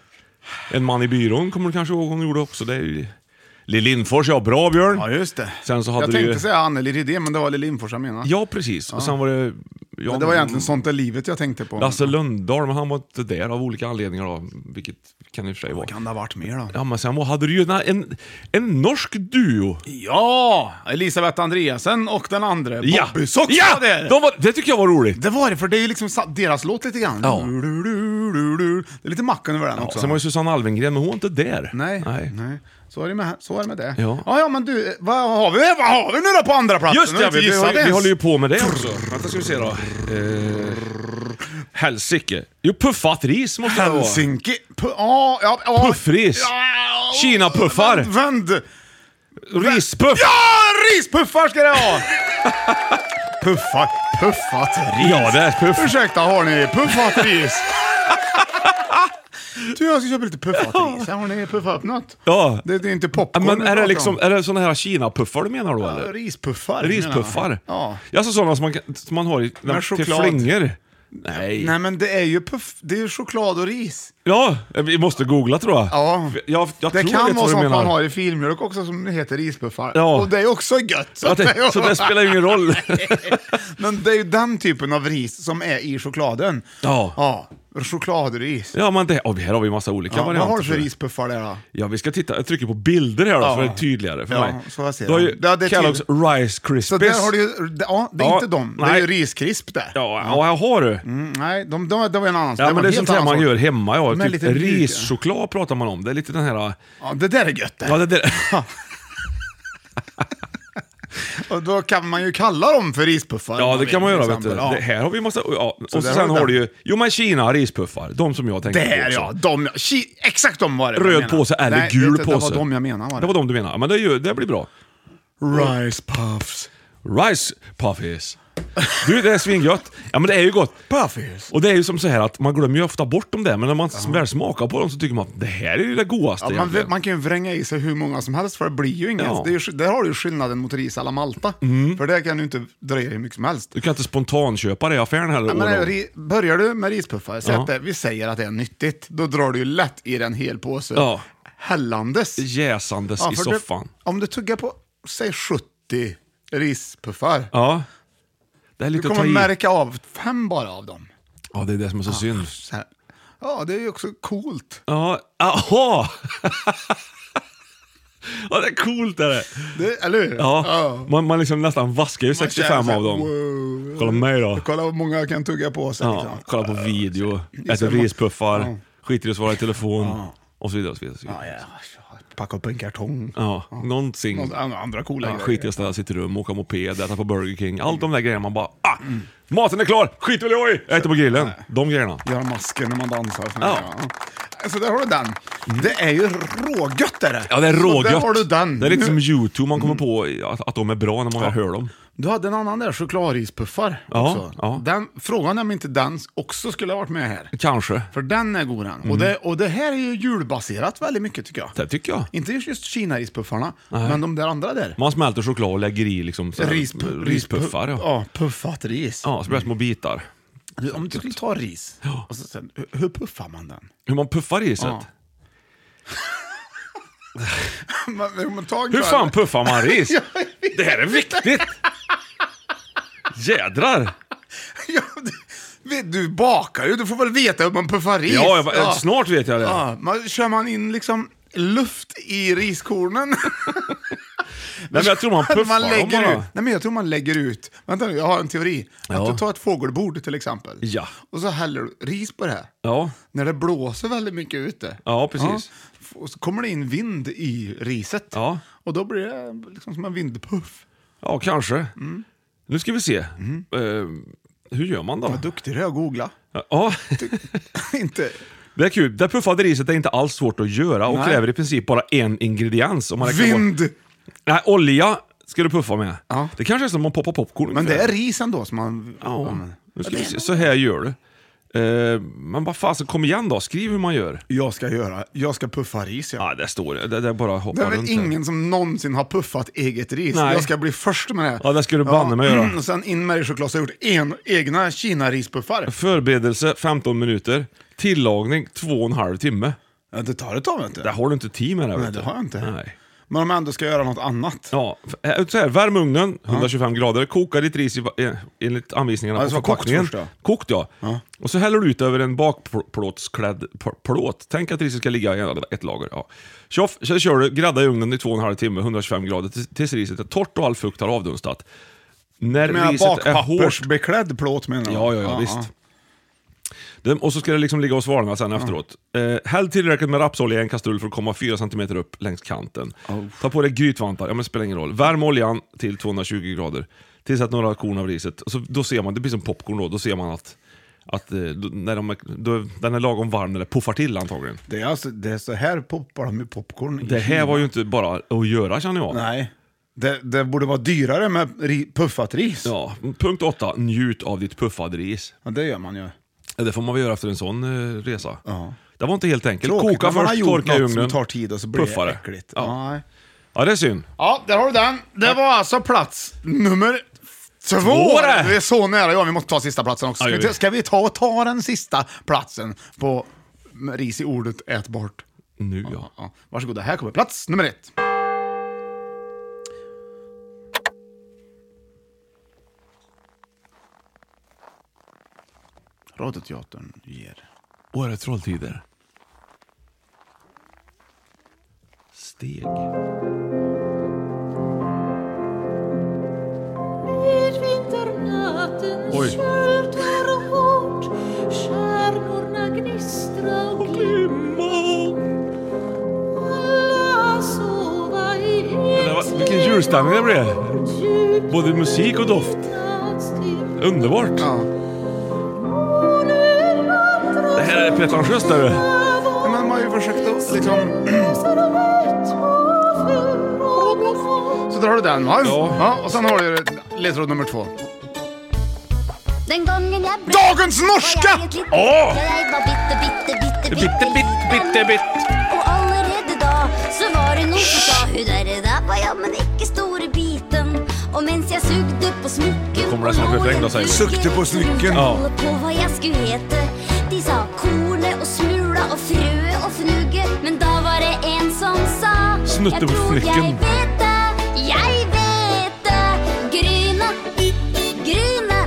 B: En man i byrån, kommer du kanske ihåg hon gjorde också. Det är ju... Lill Lindfors, ja bra Björn.
A: Ja, just det.
B: Sen så hade
A: jag
B: du ju-
A: tänkte säga Anneli Rydén, men det var Lill Lindfors jag menade.
B: Ja, precis. Och sen var det... Ja,
A: men det var egentligen sånt är livet jag tänkte på.
B: Lasse Lundahl, men han var inte där av olika anledningar då, vilket kan i och för sig vara.
A: Vad kan det ha varit mer då?
B: Ja, men sen var- hade du ju en, en, en norsk duo.
A: Ja! Elisabeth Andreasen och den andra
B: Ja!
A: Bobby Sox
B: ja!
A: var där.
B: De var, det tycker jag var roligt.
A: Det var det, för det är ju liksom sa- deras låt lite grann.
B: Ja.
A: Du, du, du, du, du. Det är lite Macken över den
B: Ja,
A: också.
B: sen var ju Susanne Alvengren, men hon var inte där.
A: Nej, nej. Så, är det med, så är det med det.
B: Ja.
A: ja, ja, men du, vad har vi, vad har vi nu då på andra platsen?
B: Just
A: Nu
B: det,
A: har
B: vi,
A: inte gissat
B: vi, vi
A: ens.
B: håller ju på med det också. Vänta ska vi se då. Eh, helsike. Jo, puffat ris måste det vara.
A: Helsinki... Pu- ja, ja, ja.
B: Puffris.
A: Ja,
B: Kinapuffar.
A: Vänd, vänd!
B: Rispuff.
A: Ja, rispuffar ska det vara! Puffar, puffat ris.
B: Ja, det är puff.
A: Ursäkta, har ni puffat ris? du, jag ska köpa lite puffat ris. Här Har ni puffat något?
B: Ja.
A: Det, det är inte popcorn
B: Men
A: vi
B: är det,
A: pratar
B: liksom,
A: om.
B: är det såna här kinapuffar du menar då
A: Ja,
B: eller?
A: Rispuffar.
B: Rispuffar?
A: Ja.
B: Ja, så sådana som man, kan- som man har i,
A: Med
B: till
A: choklad.
B: flingor? Nej.
A: Nej men det är ju puff, det är ju choklad och ris.
B: Ja, vi måste googla tror jag.
A: Ja.
B: jag, jag
A: det
B: tror
A: kan
B: jag
A: vara
B: vet vad du
A: sånt
B: menar.
A: man har i filmjölk också som heter rispuffar.
B: Ja.
A: Och det är också gött.
B: Så, att det, så det spelar ju ingen roll.
A: Men det är ju den typen av ris som är i chokladen.
B: Ja.
A: Ja, chokladris.
B: Ja, men det, och här har vi massa olika
A: Ja, vad
B: varianter.
A: har du för
B: det.
A: rispuffar där då?
B: Ja, vi ska titta. Jag trycker på bilder här då,
A: Ja.
B: för det är tydligare för
A: Ja,
B: mig.
A: så jag ser
B: du har
A: det.
B: ju
A: Ja, det är
B: Kellogg's Rice Krispies.
A: Så där har du ju, ja, det är
B: Ja,
A: inte dem. Det är
B: nej.
A: ju riskrisp där.
B: Ja, ja, här har du.
A: Mm, nej, de, de, det var en annan sak.
B: Ja, men
A: var
B: det
A: en
B: är
A: helt
B: sånt här
A: annan
B: man
A: sak.
B: gör hemma. Ja.
A: De är
B: Typ
A: lite mjuka.
B: rischoklad pratar man om. Det är lite den här...
A: Ja, det där är gött det.
B: Ja, det där.
A: Och då kan man ju kalla dem för rispuffar. om
B: Ja, det
A: vill,
B: kan man
A: till
B: göra vet
A: exempel.
B: du.
A: Ja.
B: Det, här har vi massa... Ja. Och
A: där
B: så sen
A: har vi
B: har du
A: den.
B: ju... Jo men Kina rispuffar. De som jag tänkte på
A: Där
B: också.
A: ja, de, ki, exakt de var det. jag
B: Röd
A: menade.
B: påse eller
A: Nej,
B: gul
A: vet du,
B: påse.
A: Det var de jag menade var
B: Det var de du menade. Ja, Men det, är ju, det blir bra.
A: Rice puffs.
B: Rice puffies. Du, det är svingött. Ja men det är ju gott.
A: Puffies.
B: Och det är ju som så här att man glömmer ju ofta bort dem där, men när man väl smakar på dem så tycker man att det här är ju det godaste
A: Ja, man,
B: egentligen.
A: man kan ju vränga i sig hur många som helst för det blir ju inget.
B: Ja. Mm.
A: Det är ju, där har du ju skillnaden mot ris alla Malta. För där kan du inte dröja hur mycket som helst.
B: Du kan inte spontanköpa det i affären heller.
A: Ja, men
B: Åh,
A: det-
B: då.
A: ri- börjar du med rispuffar, säg
B: Ja.
A: att det, vi säger att det är nyttigt, då drar du ju lätt i en hel påse.
B: Ja.
A: Hällandes.
B: Jäsandes
A: Ja,
B: i
A: för
B: soffan.
A: Du, om du tuggar på, säg 70 rispuffar,
B: Ja. Det är
A: du
B: lite att
A: kommer
B: ta i.
A: märka av fem bara av dem.
B: Ja, det är det som är så synd.
A: Så här. Ja, det är ju också coolt.
B: Ja, aha! ja, det är coolt är det.
A: det eller hur?
B: Ja, Man, man liksom nästan vaskar ju
A: Man känner
B: 65
A: så här,
B: av dem.
A: wow.
B: Kolla mig då.
A: Kolla hur många jag kan tugga på sig.
B: Ja,
A: Liksom.
B: kolla på video, äter
A: så man-
B: rispuffar,
A: Ja.
B: skiter i att svara i telefon och så vidare. Och så vidare, och så vidare.
A: Ja, ja. Packa upp en kartong.
B: Ja, någonting.
A: Någon- an- andra coola
B: ja,
A: grejer.
B: Skit i att ställa sitt rum, åka moped, äta på Burger King. Allt de där grejerna man bara ah, Maten är klar! Skit väl jag i! Jag äter på grillen. De grejerna.
A: Göra masken när man dansar. och såna
B: Ja. Mm.
A: grejer, ja. Så där har du den. Det är ju rågött är det.
B: Ja, det är
A: Så
B: rågött.
A: Där har du den.
B: Det är lite
A: Nu-
B: som YouTube, man kommer på att, att de är bra när man väl hör dem.
A: Du hade en annan där, chokladrispuffar.
B: Ja,
A: också.
B: ja.
A: Den, frågan är om inte den också skulle ha varit med här.
B: Kanske.
A: För den är god den.
B: Mm.
A: Och, det, och det här är ju julbaserat väldigt mycket tycker jag.
B: Det tycker jag.
A: Inte just- just kinarispuffarna, men de där andra där.
B: Man smälter choklad och lägger i liksom så här,
A: Rispu-
B: rispuffar.
A: rispu-
B: Ja.
A: Ja, puffat ris.
B: Ja, så blir det små bitar.
A: Du, Om du skulle ta ris, och så sen, hur- hur puffar man den?
B: Hur man puffar riset.
A: Ja. man, om man tar en
B: Hur
A: kväll-
B: fan puffar man ris?
A: Ja,
B: Det här är viktigt! Jädrar!
A: ja, du, du bakar ju, du får väl veta hur man puffar ris?
B: Ja, jag, snart vet jag det.
A: Ja, man, kör man in liksom luft i riskornen?
B: Nej, men jag tror man puffar
A: man
B: dem
A: lägger
B: bara.
A: ut, nej, men Jag tror man lägger ut, vänta nu, jag har en teori.
B: Ja.
A: Att du tar ett fågelbord till exempel,
B: Ja.
A: och så häller du ris på det. här.
B: Ja,
A: När det blåser väldigt mycket ute,
B: ja precis.
A: f- och så kommer det in vind i riset.
B: Ja,
A: Och då blir det liksom som en vindpuff.
B: ja. kanske.
A: Mm.
B: Nu ska vi se. Eh, hur gör man då?
A: Vad duktig Mm. du är att googla.
B: Ja,
A: Inte...
B: det är kul. Det puffade riset är inte alls svårt att göra och
A: Nej.
B: kräver i princip bara en ingrediens. Om man räknar på-
A: Vind!
B: Nej, olja ska du puffa med.
A: Ja.
B: Det kanske är som att poppa popcorn.
A: Men det
B: ungefär.
A: är ris ändå som man...
B: Ja,
A: men-
B: nu ska vi se. Så här gör du. Eh, men vad fasen, kom igen då. Skriv hur man gör.
A: Jag ska göra, jag ska puffa ris ja.
B: Ja, där står det. Det, det bara
A: Det är
B: hoppar runt
A: väl
B: här.
A: ingen som någonsin har puffat eget ris.
B: Nej.
A: Jag ska bli först med det. Mm,
B: Ja, det ska du banne mig göra.
A: Och sen in med det i choklad så har jag gjort en, egna Kina-rispuffar.
B: Förberedelse 15 minuter. Tillagning 2,5 timme.
A: Ja, det tar ett tag vet
B: Där
A: du.
B: har du inte tid med det. vet
A: Nej, det
B: du.
A: har jag inte.
B: Nej.
A: Men om jag ändå ska göra något annat.
B: Ja, f- äh, så här, värm ugnen, 125 grader, koka ditt ris i, va- eh, enligt anvisningarna
A: Ja,
B: på
A: det ska vara kokt
B: förpackningen.
A: först, ja.
B: Kokt ja.
A: Ja.
B: Och så häller du ut över en bakplåtsklädd pl- plåt. Tänk att riset ska ligga i ett lager. Ja. Tjoff, så kör du, grädda i ugnen i 2,5 timme, 125 grader, tills- tills riset är torrt och all fukt har avdunstat. När
A: Men jag
B: riset är hårt...
A: bakpappersbeklädd plåt menar jag.
B: Ja, ja, ja, visst. Den, och så ska det liksom ligga och svalna sen efteråt. Eh, häll tillräckligt med rapsolja i en kastrull för att komma 4 cm upp längs kanten. Ta på dig grytvantar, ja men det spelar ingen roll. Värm oljan till 220 grader. Tillsätt några korn av riset. Och så, då ser man, det blir som popcorn då, då ser man att, att eh, då, när de, är- då, den är lagom varm när det puffar till antagligen.
A: Det är alltså, det är så här poppar de med popcorn i
B: Det här
A: Kina.
B: var ju inte bara att göra känner jag.
A: Nej. Det, det borde vara dyrare med ri, puffat ris.
B: Ja, punkt 8, njut av ditt puffade ris.
A: Ja, det gör man ju.
B: Ja, Det får man väl göra efter en sån eh, resa.
A: Ja.
B: Det var inte helt enkelt.
A: Tråkigt
B: Koka
A: när man har
B: först,
A: gjort
B: torka i
A: något som
B: ugnen,
A: tar tid och så blir
B: puffa
A: det äckligt.
B: Ja.
A: Nej.
B: ja, det är synd.
A: Ja, där har du den. Det var alltså plats nummer två.
B: Två det!
A: Vi är så nära, ja vi måste ta sista platsen också.
B: Ja,
A: Ska,
B: gör
A: vi,
B: vi.
A: ska vi ta och ta den sista platsen på ris i ordet ätbart?
B: Nu ja.
A: Ja, varsågoda, här kommer plats nummer ett. Radioteatern ger...
B: Och är det Trolltider? Steg.
I: Vid vinternatten
B: Oj.
I: sköldar hårt Stjärnorna gnistra och glimma Alla sova i
B: Men det var- Vilken julstämning det blev!
I: djup
B: Både musik och doft.
I: nattstim
B: Underbart!
A: Ja.
B: Det här är pretentiöst där du.
A: Men man har ju försökt att liksom... Så där har du den va?
B: Ja.
A: och sen har du ledtråd nummer två.
J: Den gången jag brann
A: Dagens norska!
J: var jag ett litet
B: Åh!
J: Jag var bitte, bitte, bitte,
B: Bitte, bitte, bitte, bitte.
J: Och allerede da så var det noen som sa Hun derre der var jammen ikke store biten. Og mens jeg sugde på smykken
B: Kommer det sånn refreng da, sier vi.
A: Sugde på smykken.
B: Ja.
J: Ja. På hva jeg skulle hete. De sa kornet og smula og frøet og fnugget. Men da var det en som sa
B: Snutte på
J: Jeg tror jeg
B: fnukken.
J: vet det, jeg vet det. Gryne, gryne.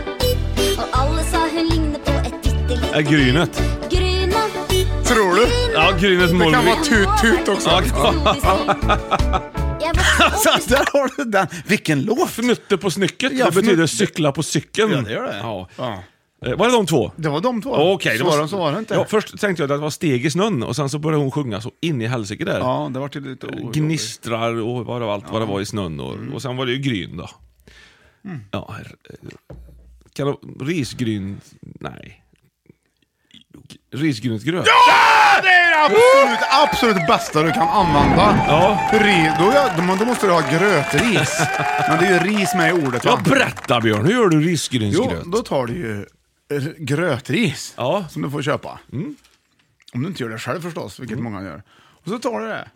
J: Og alle sa hun ligner på et bitte
B: Är Grynet.
J: Grynet
A: Tror du?
B: Ja,
A: Det
B: Grynet
A: kan
B: Molvik.
A: vara tut-tut också.
J: Jag var
A: Så där har du den. Vilken låt!
B: Fnutte på snycket,
A: Ja,
B: det betyder
A: fnutte.
B: cykla på cykeln.
A: Ja, det gör det.
B: Ja.
A: Ja.
B: Eh, Var det de två?
A: Det var de två.
B: Okej, det
A: Svårare än så var det inte.
B: Ja, först tänkte jag att det var steg i snön och sen så började hon sjunga så in i helsike där.
A: Ja, det var till lite ojobbigt.
B: Gnistrar och vad det var, allt vad det var i snön. Och,
A: Mm.
B: och sen var det ju gryn då. Ja, här, eh, kan det, risgryn... Nej. Risgrynsgröt.
A: Det är det absolut, absolut bästa du kan använda.
B: Ja.
A: Ri, då, ja, då- då måste du ha grötris. Men det är ju ris med i ordet.
B: Ja,
A: va?
B: berätta Björn, hur gör du risgrynsgröt?
A: Jo, då tar du ju r- grötris
B: Ja. Mm.
A: som du får köpa. Om du inte gör det själv förstås, vilket många gör. Och så tar du det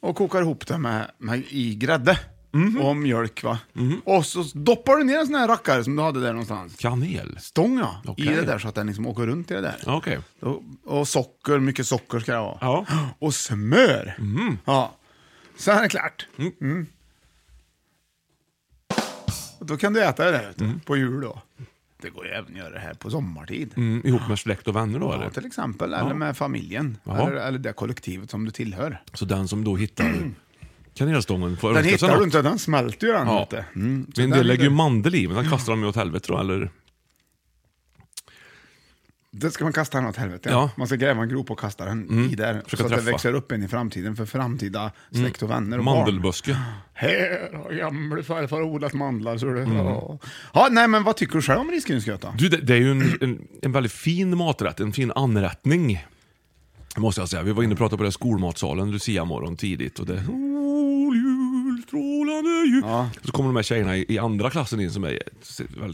A: och kokar ihop det med, med i grädde
B: Mhm.
A: och mjölk. Va? Och så doppar du ner en sån här rackare som du hade där någonstans.
B: Kanel?
A: Stång ja,
B: Okej.
A: i det där så att den liksom åker runt i det där.
B: Ja, Okej.
A: Och, och socker, mycket socker ska det vara.
B: Ja. Mm.
A: Och smör. Ja. Så här är det klart. Mm. Och Då kan du äta det där vet du,
B: Mm.
A: på jul då. Det går ju även att göra det här på sommartid.
B: Mm, ihop med släkt och vänner då
A: Ja,
B: eller?
A: till exempel, eller med familjen.
B: Jaha.
A: Eller, eller det kollektivet som du tillhör.
B: Så den som då hittar kanelstången får
A: Den
B: önska sig
A: hittar du
B: något.
A: inte, den smälter ju den.
B: Ja.
A: Inte. Mm, så
B: Men
A: den
B: en del lägger ju
A: lite-
B: mandel i, men den kastar de ju åt helvete då, eller?
A: Det ska man kasta den åt helvete.
B: Ja. Mm.
A: Man ska gräva en grop och kasta den i där.
B: Försöka
A: så att
B: träffa.
A: det växer upp en i framtiden för framtida släkt och vänner och barn.
B: Mandelbuske.
A: Här har gamle farfar odlat mandlar. Så
B: Mm.
A: det, ja. ja, nej, men vad tycker du själv om risgrynsgröt då?
B: Du, det, det är ju en, en, en väldigt fin maträtt, en fin anrättning. Måste jag säga. Vi var inne och pratade på den skolmatsalen Lucia-morgon tidigt. Och det, Sol, jul, strålande jul. Så kommer de här tjejerna i, i andra klassen in som, är,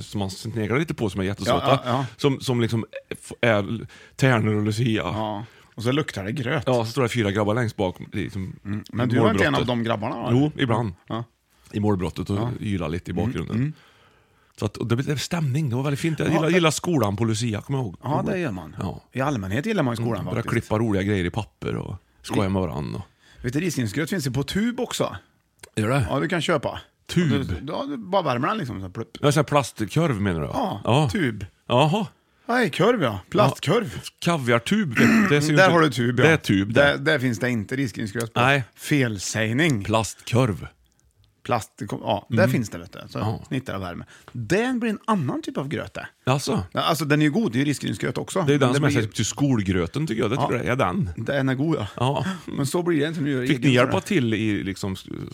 B: som man sneglar lite på, som är jättesöta.
A: Ja, ja, ja.
B: Som, som liksom är tärnor och lucia.
A: Ja. Och så luktar det gröt.
B: Ja, så står det fyra grabbar längst bak. Liksom,
A: Mm. Men
B: i
A: du var inte
B: målbrottet.
A: en av de grabbarna? va?
B: Jo, ibland.
A: Ja.
B: I målbrottet och ylar lite i
A: Mm,
B: bakgrunden. Så att, och det blev stämning, det var väldigt fint. Jag gillar, gillar skolan på Lucia, kommer jag ihåg.
A: ja, det gör man.
B: Ja. Mm,
A: I allmänhet gillar man ju skolan
B: Börja
A: faktiskt.
B: klippa roliga grejer i papper och skoja med varandra.
A: Vet du, risgrynsgröt finns ju på tub också.
B: Gör det?
A: Ja, du kan köpa.
B: Tub?
A: Du, ja, du bara värmer den liksom. Så här, plupp.
B: Ja. Sån här plastkorv menar du?
A: Ja, tub.
B: Jaha.
A: Nej, kurv ja. Plastkurv.
B: Kaviartub. Det, det ser ju
A: Mm, Där
B: inte-
A: har du tub ja.
B: Det är tub
A: Där,
B: det.
A: där finns det inte risgrynsgröt på.
B: Nej.
A: Felsägning.
B: Plastkorv.
A: Plast, ja,
B: Mm.
A: där finns det vet du. Så snittar av värme. Det blir en annan typ av gröt det.
B: Alltså,
A: Ja, Alltså den är ju god, det är ju risgrynsgröt också.
B: det är ju den
A: Men
B: som är
A: blir-
B: typ till skolgröten tycker jag. Det tycker jag är den.
A: Den är god ja.
B: Ja.
A: Men så blir det inte när du gör
B: Fick
A: egen
B: ni hjälpa
A: sådär.
B: till i liksom, sk-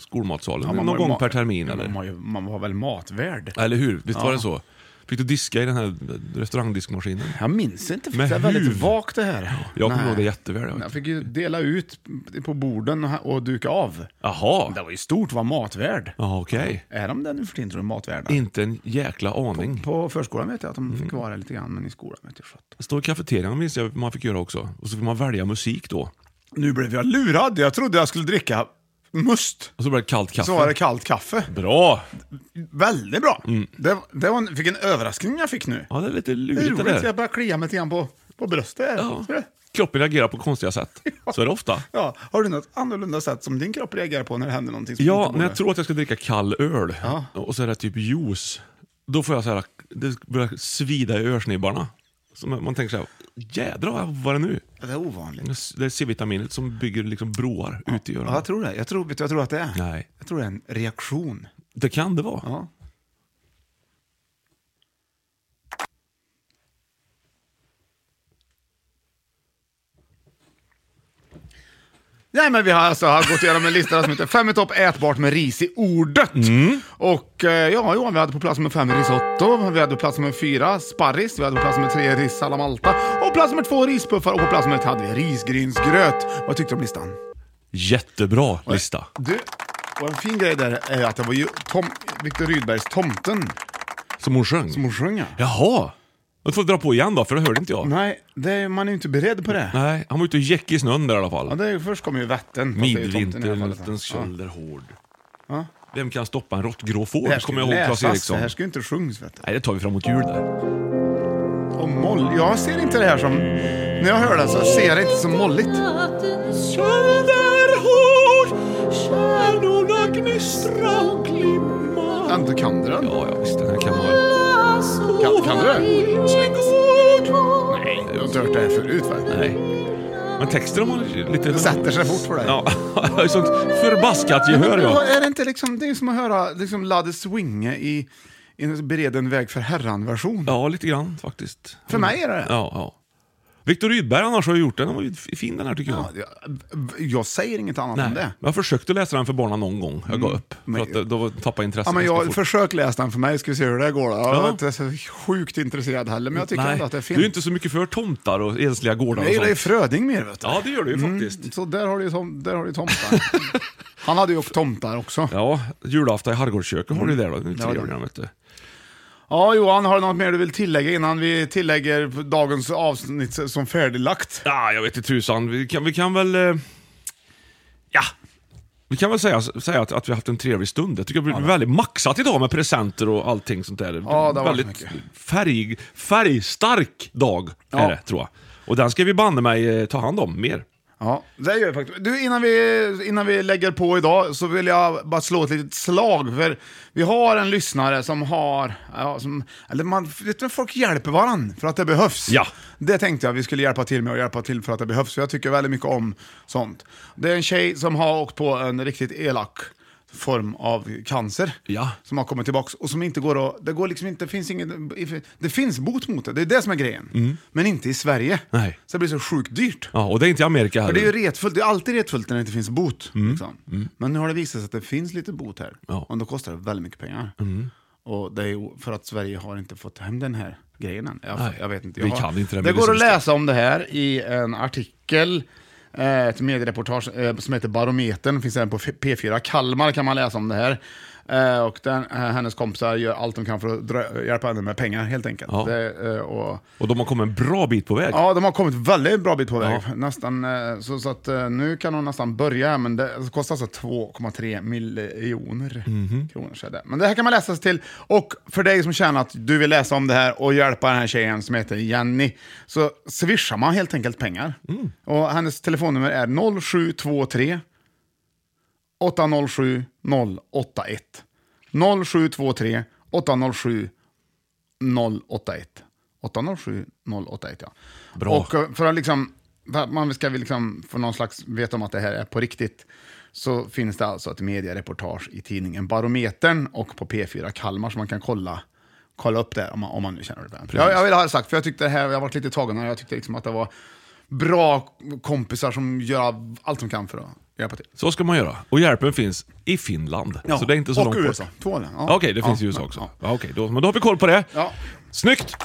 A: Ja,
B: skolmatsalen
A: man var
B: någon
A: ju
B: gång
A: ma-
B: per termin?
A: Ja,
B: eller?
A: Man, var ju, man var väl matvärd.
B: Eller hur? Visst
A: Ja.
B: var det så? Fick du diska i den här restaurangdiskmaskinen?
A: Jag minns inte, för
B: Med
A: det är väldigt
B: huv.
A: vagt det här.
B: Jag kommer
A: Nej.
B: ihåg det jätteväl, jag vet.
A: Jag fick ju dela ut på borden och duka av.
B: Jaha!
A: Det var ju stort vad matvärd.
B: Ja, okej.
A: Är de det nu för tiden tror du, matvärdarna?
B: Inte en jäkla aning.
A: På förskolan vet jag att de fick
B: Mm.
A: vara lite grann, men i skolan vet jag sjutton.
B: Stå i kafeterian minns jag man fick göra också. Och så fick man välja musik då.
A: Nu blev jag lurad. Jag trodde jag skulle dricka must.
B: Och så blev det kallt kaffe.
A: Så var det kallt kaffe.
B: Bra!
A: Väldigt bra. Det, det var en, fick en överraskning jag fick nu.
B: Mm. Ja, det är lite
A: Det är
B: lurigt det
A: roligt, jag
B: där.
A: börjar klia mig lite grann på, på bröstet här.
B: Ja.
A: Ser du?
B: Kroppen reagerar på konstiga sätt. Så är det ofta.
A: Ja, har du något annorlunda sätt som din kropp reagerar på när det händer någonting? Som
B: Ja,
A: inte
B: när
A: borde?
B: jag tror att jag ska dricka kall öl och så är det typ juice. Då får jag så här, det börjar svida i örsnibbarna. Så man man tänker så här, jädrar vad var det nu?
A: Det är ovanligt.
B: Det är C-vitaminet som bygger liksom broar ut i öronen.
A: Ja, jag tror det. Jag tror, vet du, vad jag tror att det är.
B: Nej.
A: Jag tror det är en reaktion.
B: Det kan det vara.
A: Ja. Nej men vi har alltså har gått igenom en lista som heter Fem i topp ätbart med ris i ordet. Och eh, ja, Johan, vi hade på plats nummer fem risotto, vi hade på plats nummer fyra sparris, vi hade på plats nummer tre ris alla malta och plats nummer två rispuffar och på plats nummer ett hade vi risgrynsgröt. Vad tyckte du om listan?
B: Jättebra lista.
A: Du, och en fin grej där är att det var ju Tom, Victor Rydbergs Tomten
B: Som hon sjöng.
A: som hon sjöng. ja.
B: Jaha! Då får jag dra på igen då, för det hörde inte jag.
A: Nej, det, är- man är ju inte beredd på det.
B: Nej, han var ute och gick i snön där i alla
A: Ja,
B: fall.
A: det är, först kommer ju vätten. fast det är ju tomten i alla fall.
B: Midvinterns
A: Ja.
B: köld är hård. Vem kan stoppa en råttgrå får?
A: här ska
B: Kommer jag
A: ju
B: ihåg Claes
A: läsas,
B: Eriksson.
A: Det här ska ju inte sjungas. Vet du.
B: Nej, det tar vi framåt jul där.
A: Och moll. Jag ser inte det här som... När jag hör det så ser jag det inte som molligt.
I: Nattens köld är hård, stjärnorna gnistra och glimmar.
A: Ändå kan du den.
B: Ja, ja, visst. Den här kan vara...
I: Alla sova
A: Kan- kan du det?
I: i
B: Slinko.
I: sol.
J: förstå
A: Nej, jag har inte hört det här förut va?
B: Nej. Men texten har man lite...
A: Det sätter sig fort för dig.
B: Ja, sånt förbaskat gehör
A: Men
B: ja.
A: Är det inte liksom, det är som att höra liksom Ladde Swinge i, i en bereden väg för herran-version.
B: Ja, lite grann faktiskt.
A: För mig är det
B: Ja, ja. Viktor Rydberg annars har ju gjort den, den var ju f- fin den här tycker jag.
A: Ja, jag, jag säger inget annat
B: Nej,
A: om det. Mm.
B: jag försökte läsa den för barnen någon gång, jag gav upp. För att det- då tappade intresset
A: Ja, men
B: ganska
A: jag
B: fort.
A: försök läsa den för mig, ska vi se hur det går. Då. Jag
B: Ja.
A: är inte så sjukt intresserad heller, men jag tycker
B: Nej,
A: ändå att det är fint.
B: Du är inte så mycket för tomtar och ensliga gårdar
A: Jag gillar ju
B: och sånt.
A: Fröding mer vet du. Mm.
B: Ja, det gör du ju faktiskt.
A: Så där har du ju tom, där har du ju tomtar. Han hade ju åkt tomtar också.
B: Ja, julafton i Herrgårdsköket har
A: Mm.
B: du ju där då. Det är ju trevligt, vet du.
A: Ja, Johan, har du något mer du vill tillägga innan vi tillägger dagens avsnitt som färdiglagt?
B: Ja, jag vet inte tusan. Vi kan, vi kan väl... eh, Ja. Vi kan väl säga, säga att, att vi har haft en trevlig stund. Jag tycker det blir väldigt maxat idag med presenter och allting sånt där.
A: Ja, det har varit
B: väldigt färg, färgstark dag är
A: Ja.
B: det, tror jag. Och den ska vi banne mig eh, ta hand om mer.
A: Ja, det gör vi faktiskt. Du, innan vi, innan vi lägger på idag så vill jag bara slå ett litet slag. För vi har en lyssnare som har... Ja, som, eller man, vet du, folk hjälper varandra för att det behövs.
B: Ja.
A: Det tänkte jag vi skulle hjälpa till med och hjälpa till för att det behövs. För jag tycker väldigt mycket om sånt. Det är en tjej som har åkt på en riktigt elak form av cancer.
B: Ja.
A: Som har kommit tillbaka och som inte går att... Det går liksom inte... Det finns, ingen, det finns bot mot det. Det är det som är grejen. Men inte i Sverige.
B: Mm. Nej.
A: Så det blir så sjukt dyrt.
B: Ja, och det är inte i Amerika
A: För
B: heller.
A: det är ju retfullt, det är alltid retfullt när det inte finns bot. Liksom. Men nu har det visat sig att det finns lite bot här.
B: Mm, Ja. Mm.
A: Och då kostar det väldigt mycket pengar. Och det är ju för att Sverige har inte fått hem den här grejen än. Jag,
B: Nej,
A: jag vet inte.
B: vi
A: Jag har,
B: kan inte det,
A: det.
B: men det
A: går att
B: syns det.
A: läsa om det här i en artikel. eh, Ett mediereportage eh, som heter Barometern. Finns även på F- P4 Kalmar kan man läsa om det här. Eh, Och den, eh, hennes kompisar gör allt de kan för att dra, hjälpa henne med pengar helt enkelt.
B: Ja.
A: Det, eh, och
B: Och de har kommit en bra bit på väg.
A: Ja, de har kommit väldigt bra bit på väg. Nästan, eh, så, så att eh, nu kan hon nästan börja, här, men det kostar alltså 2,3 miljoner kronor. Så är det. Men det här kan man läsa sig till. Och för dig som känner att du vill läsa om det här och hjälpa den här tjejen som heter Jenny, så swishar man helt enkelt pengar. Och hennes telefonnummer är 0723 807 081. 0723 807 081. 807 081 ja.
B: Bra.
A: Och eh, för att, liksom, för att man ska väl liksom för någon slags veta om att det här är på riktigt så finns det alltså ett mediereportage i tidningen Barometern och på P4 Kalmar som man kan kolla, kolla upp där om man, om man nu känner det. Där. Jag, jag vill ha det sagt, för jag tyckte det här, jag har varit lite tagen här, jag tyckte liksom att det var bra kompisar som gör allt de kan för att hjälpa till.
B: Så ska man göra. Och hjälpen finns i Finland.
A: Ja,
B: Så det är inte så
A: och
B: långt
A: USA. Två länder, ja.
B: Okej, det finns
A: Ja,
B: i USA
A: men-
B: också.
A: ja.
B: Ja. okej, då, men då har vi koll på det.
A: Ja.
B: Snyggt!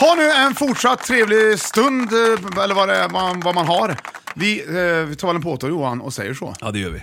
A: Ha nu en fortsatt trevlig stund, eh, eller vad, det är, man, vad man har. Vi, eh, vi tar väl en påtå Johan och säger så.
B: Ja, det gör vi.